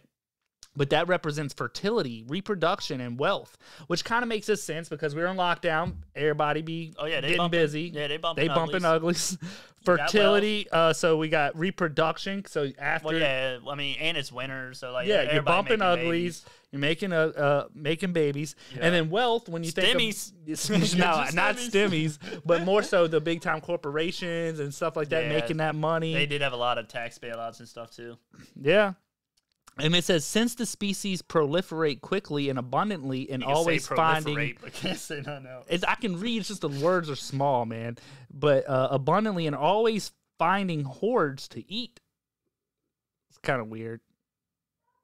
Speaker 2: But that represents fertility, reproduction, and wealth, which kind of makes us sense because we're in lockdown. Everybody be
Speaker 3: Oh, yeah, they
Speaker 2: getting
Speaker 3: bumping-
Speaker 2: busy.
Speaker 3: yeah, they
Speaker 2: they
Speaker 3: bumping
Speaker 2: bumping uglies.
Speaker 3: wealth.
Speaker 2: fertility. Uh, so we got reproduction. So after
Speaker 3: Well, yeah. I mean, and it's winter, so like
Speaker 2: Yeah, you're
Speaker 3: everybody
Speaker 2: bumping
Speaker 3: making
Speaker 2: uglies. You're making a uh, making babies, and then wealth. When you
Speaker 3: Stimmies.
Speaker 2: think of, no,
Speaker 3: Get your
Speaker 2: not
Speaker 3: stimmies.
Speaker 2: stimmies, but more so the big time corporations and stuff like that
Speaker 3: Yeah,
Speaker 2: making that money.
Speaker 3: babies. They did have a lot of tax bailouts and stuff too.
Speaker 2: Yeah, and it says since the species proliferate quickly and abundantly, and
Speaker 3: You can say
Speaker 2: always finding.
Speaker 3: proliferate, but can't say no, no.
Speaker 2: It's, I can read. It's just the words are small, man. But uh, abundantly and always finding hordes to eat. It's kind of weird.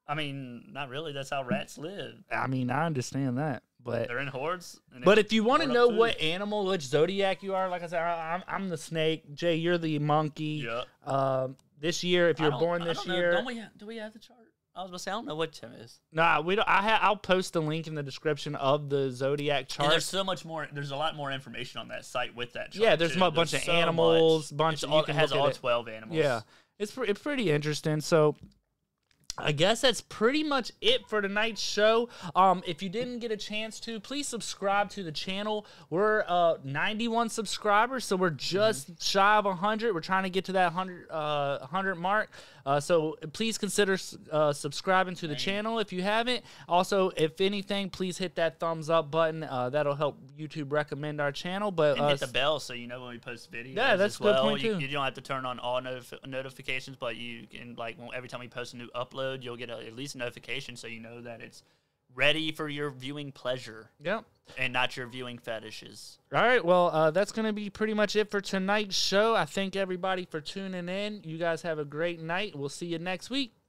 Speaker 3: I mean, not really. That's how rats live.
Speaker 2: I mean, I understand that, but
Speaker 3: They're in hordes. and
Speaker 2: But
Speaker 3: they
Speaker 2: if you want to
Speaker 3: hoard up
Speaker 2: know
Speaker 3: food.
Speaker 2: what animal, which zodiac you are, like I said, I- I'm, I'm the snake. Jay, you're the monkey.
Speaker 3: yeah,
Speaker 2: Um, this year, if
Speaker 3: I
Speaker 2: you're
Speaker 3: don't-
Speaker 2: born
Speaker 3: I
Speaker 2: this
Speaker 3: don't know.
Speaker 2: year,
Speaker 3: don't we have, do we have the chart? I was gonna say I don't know what Tim is.
Speaker 2: nah, we don't. I ha- I'll post the link in the description of the zodiac
Speaker 3: And there's
Speaker 2: chart.
Speaker 3: so much more. There's a lot more information on that site with that. Chart
Speaker 2: Yeah, there's
Speaker 3: too.
Speaker 2: mo- bunch of animals, bunch
Speaker 3: It's
Speaker 2: of-
Speaker 3: all,
Speaker 2: you can
Speaker 3: it has
Speaker 2: look at
Speaker 3: all
Speaker 2: it.
Speaker 3: twelve animals.
Speaker 2: Yeah, it's pre- it's pretty interesting. So. I guess that's pretty much it for tonight's show. Um, if you didn't get a chance to, please subscribe to the channel. We're uh, 91 subscribers, so we're just
Speaker 3: Mm-hmm.
Speaker 2: shy of 100. We're trying to get to that 100 uh, 100 mark. Uh, so please consider uh, subscribing to the channel if you haven't. Also, if anything, please hit that thumbs up button. Uh, that'll help YouTube recommend our channel. But
Speaker 3: And
Speaker 2: uh,
Speaker 3: hit the bell so you know when we post videos.
Speaker 2: Yeah, that's
Speaker 3: as
Speaker 2: a good
Speaker 3: well.
Speaker 2: point,
Speaker 3: you,
Speaker 2: too.
Speaker 3: you don't have to turn on all notif- notifications, but you can like when- every time we post a new upload, you'll get a, at least a notification so you know that it's ready for your viewing pleasure
Speaker 2: yep.
Speaker 3: and not your viewing fetishes.
Speaker 2: All right, well, uh, that's going to be pretty much it for tonight's show. I thank everybody for tuning in. You guys have a great night. We'll see you next week.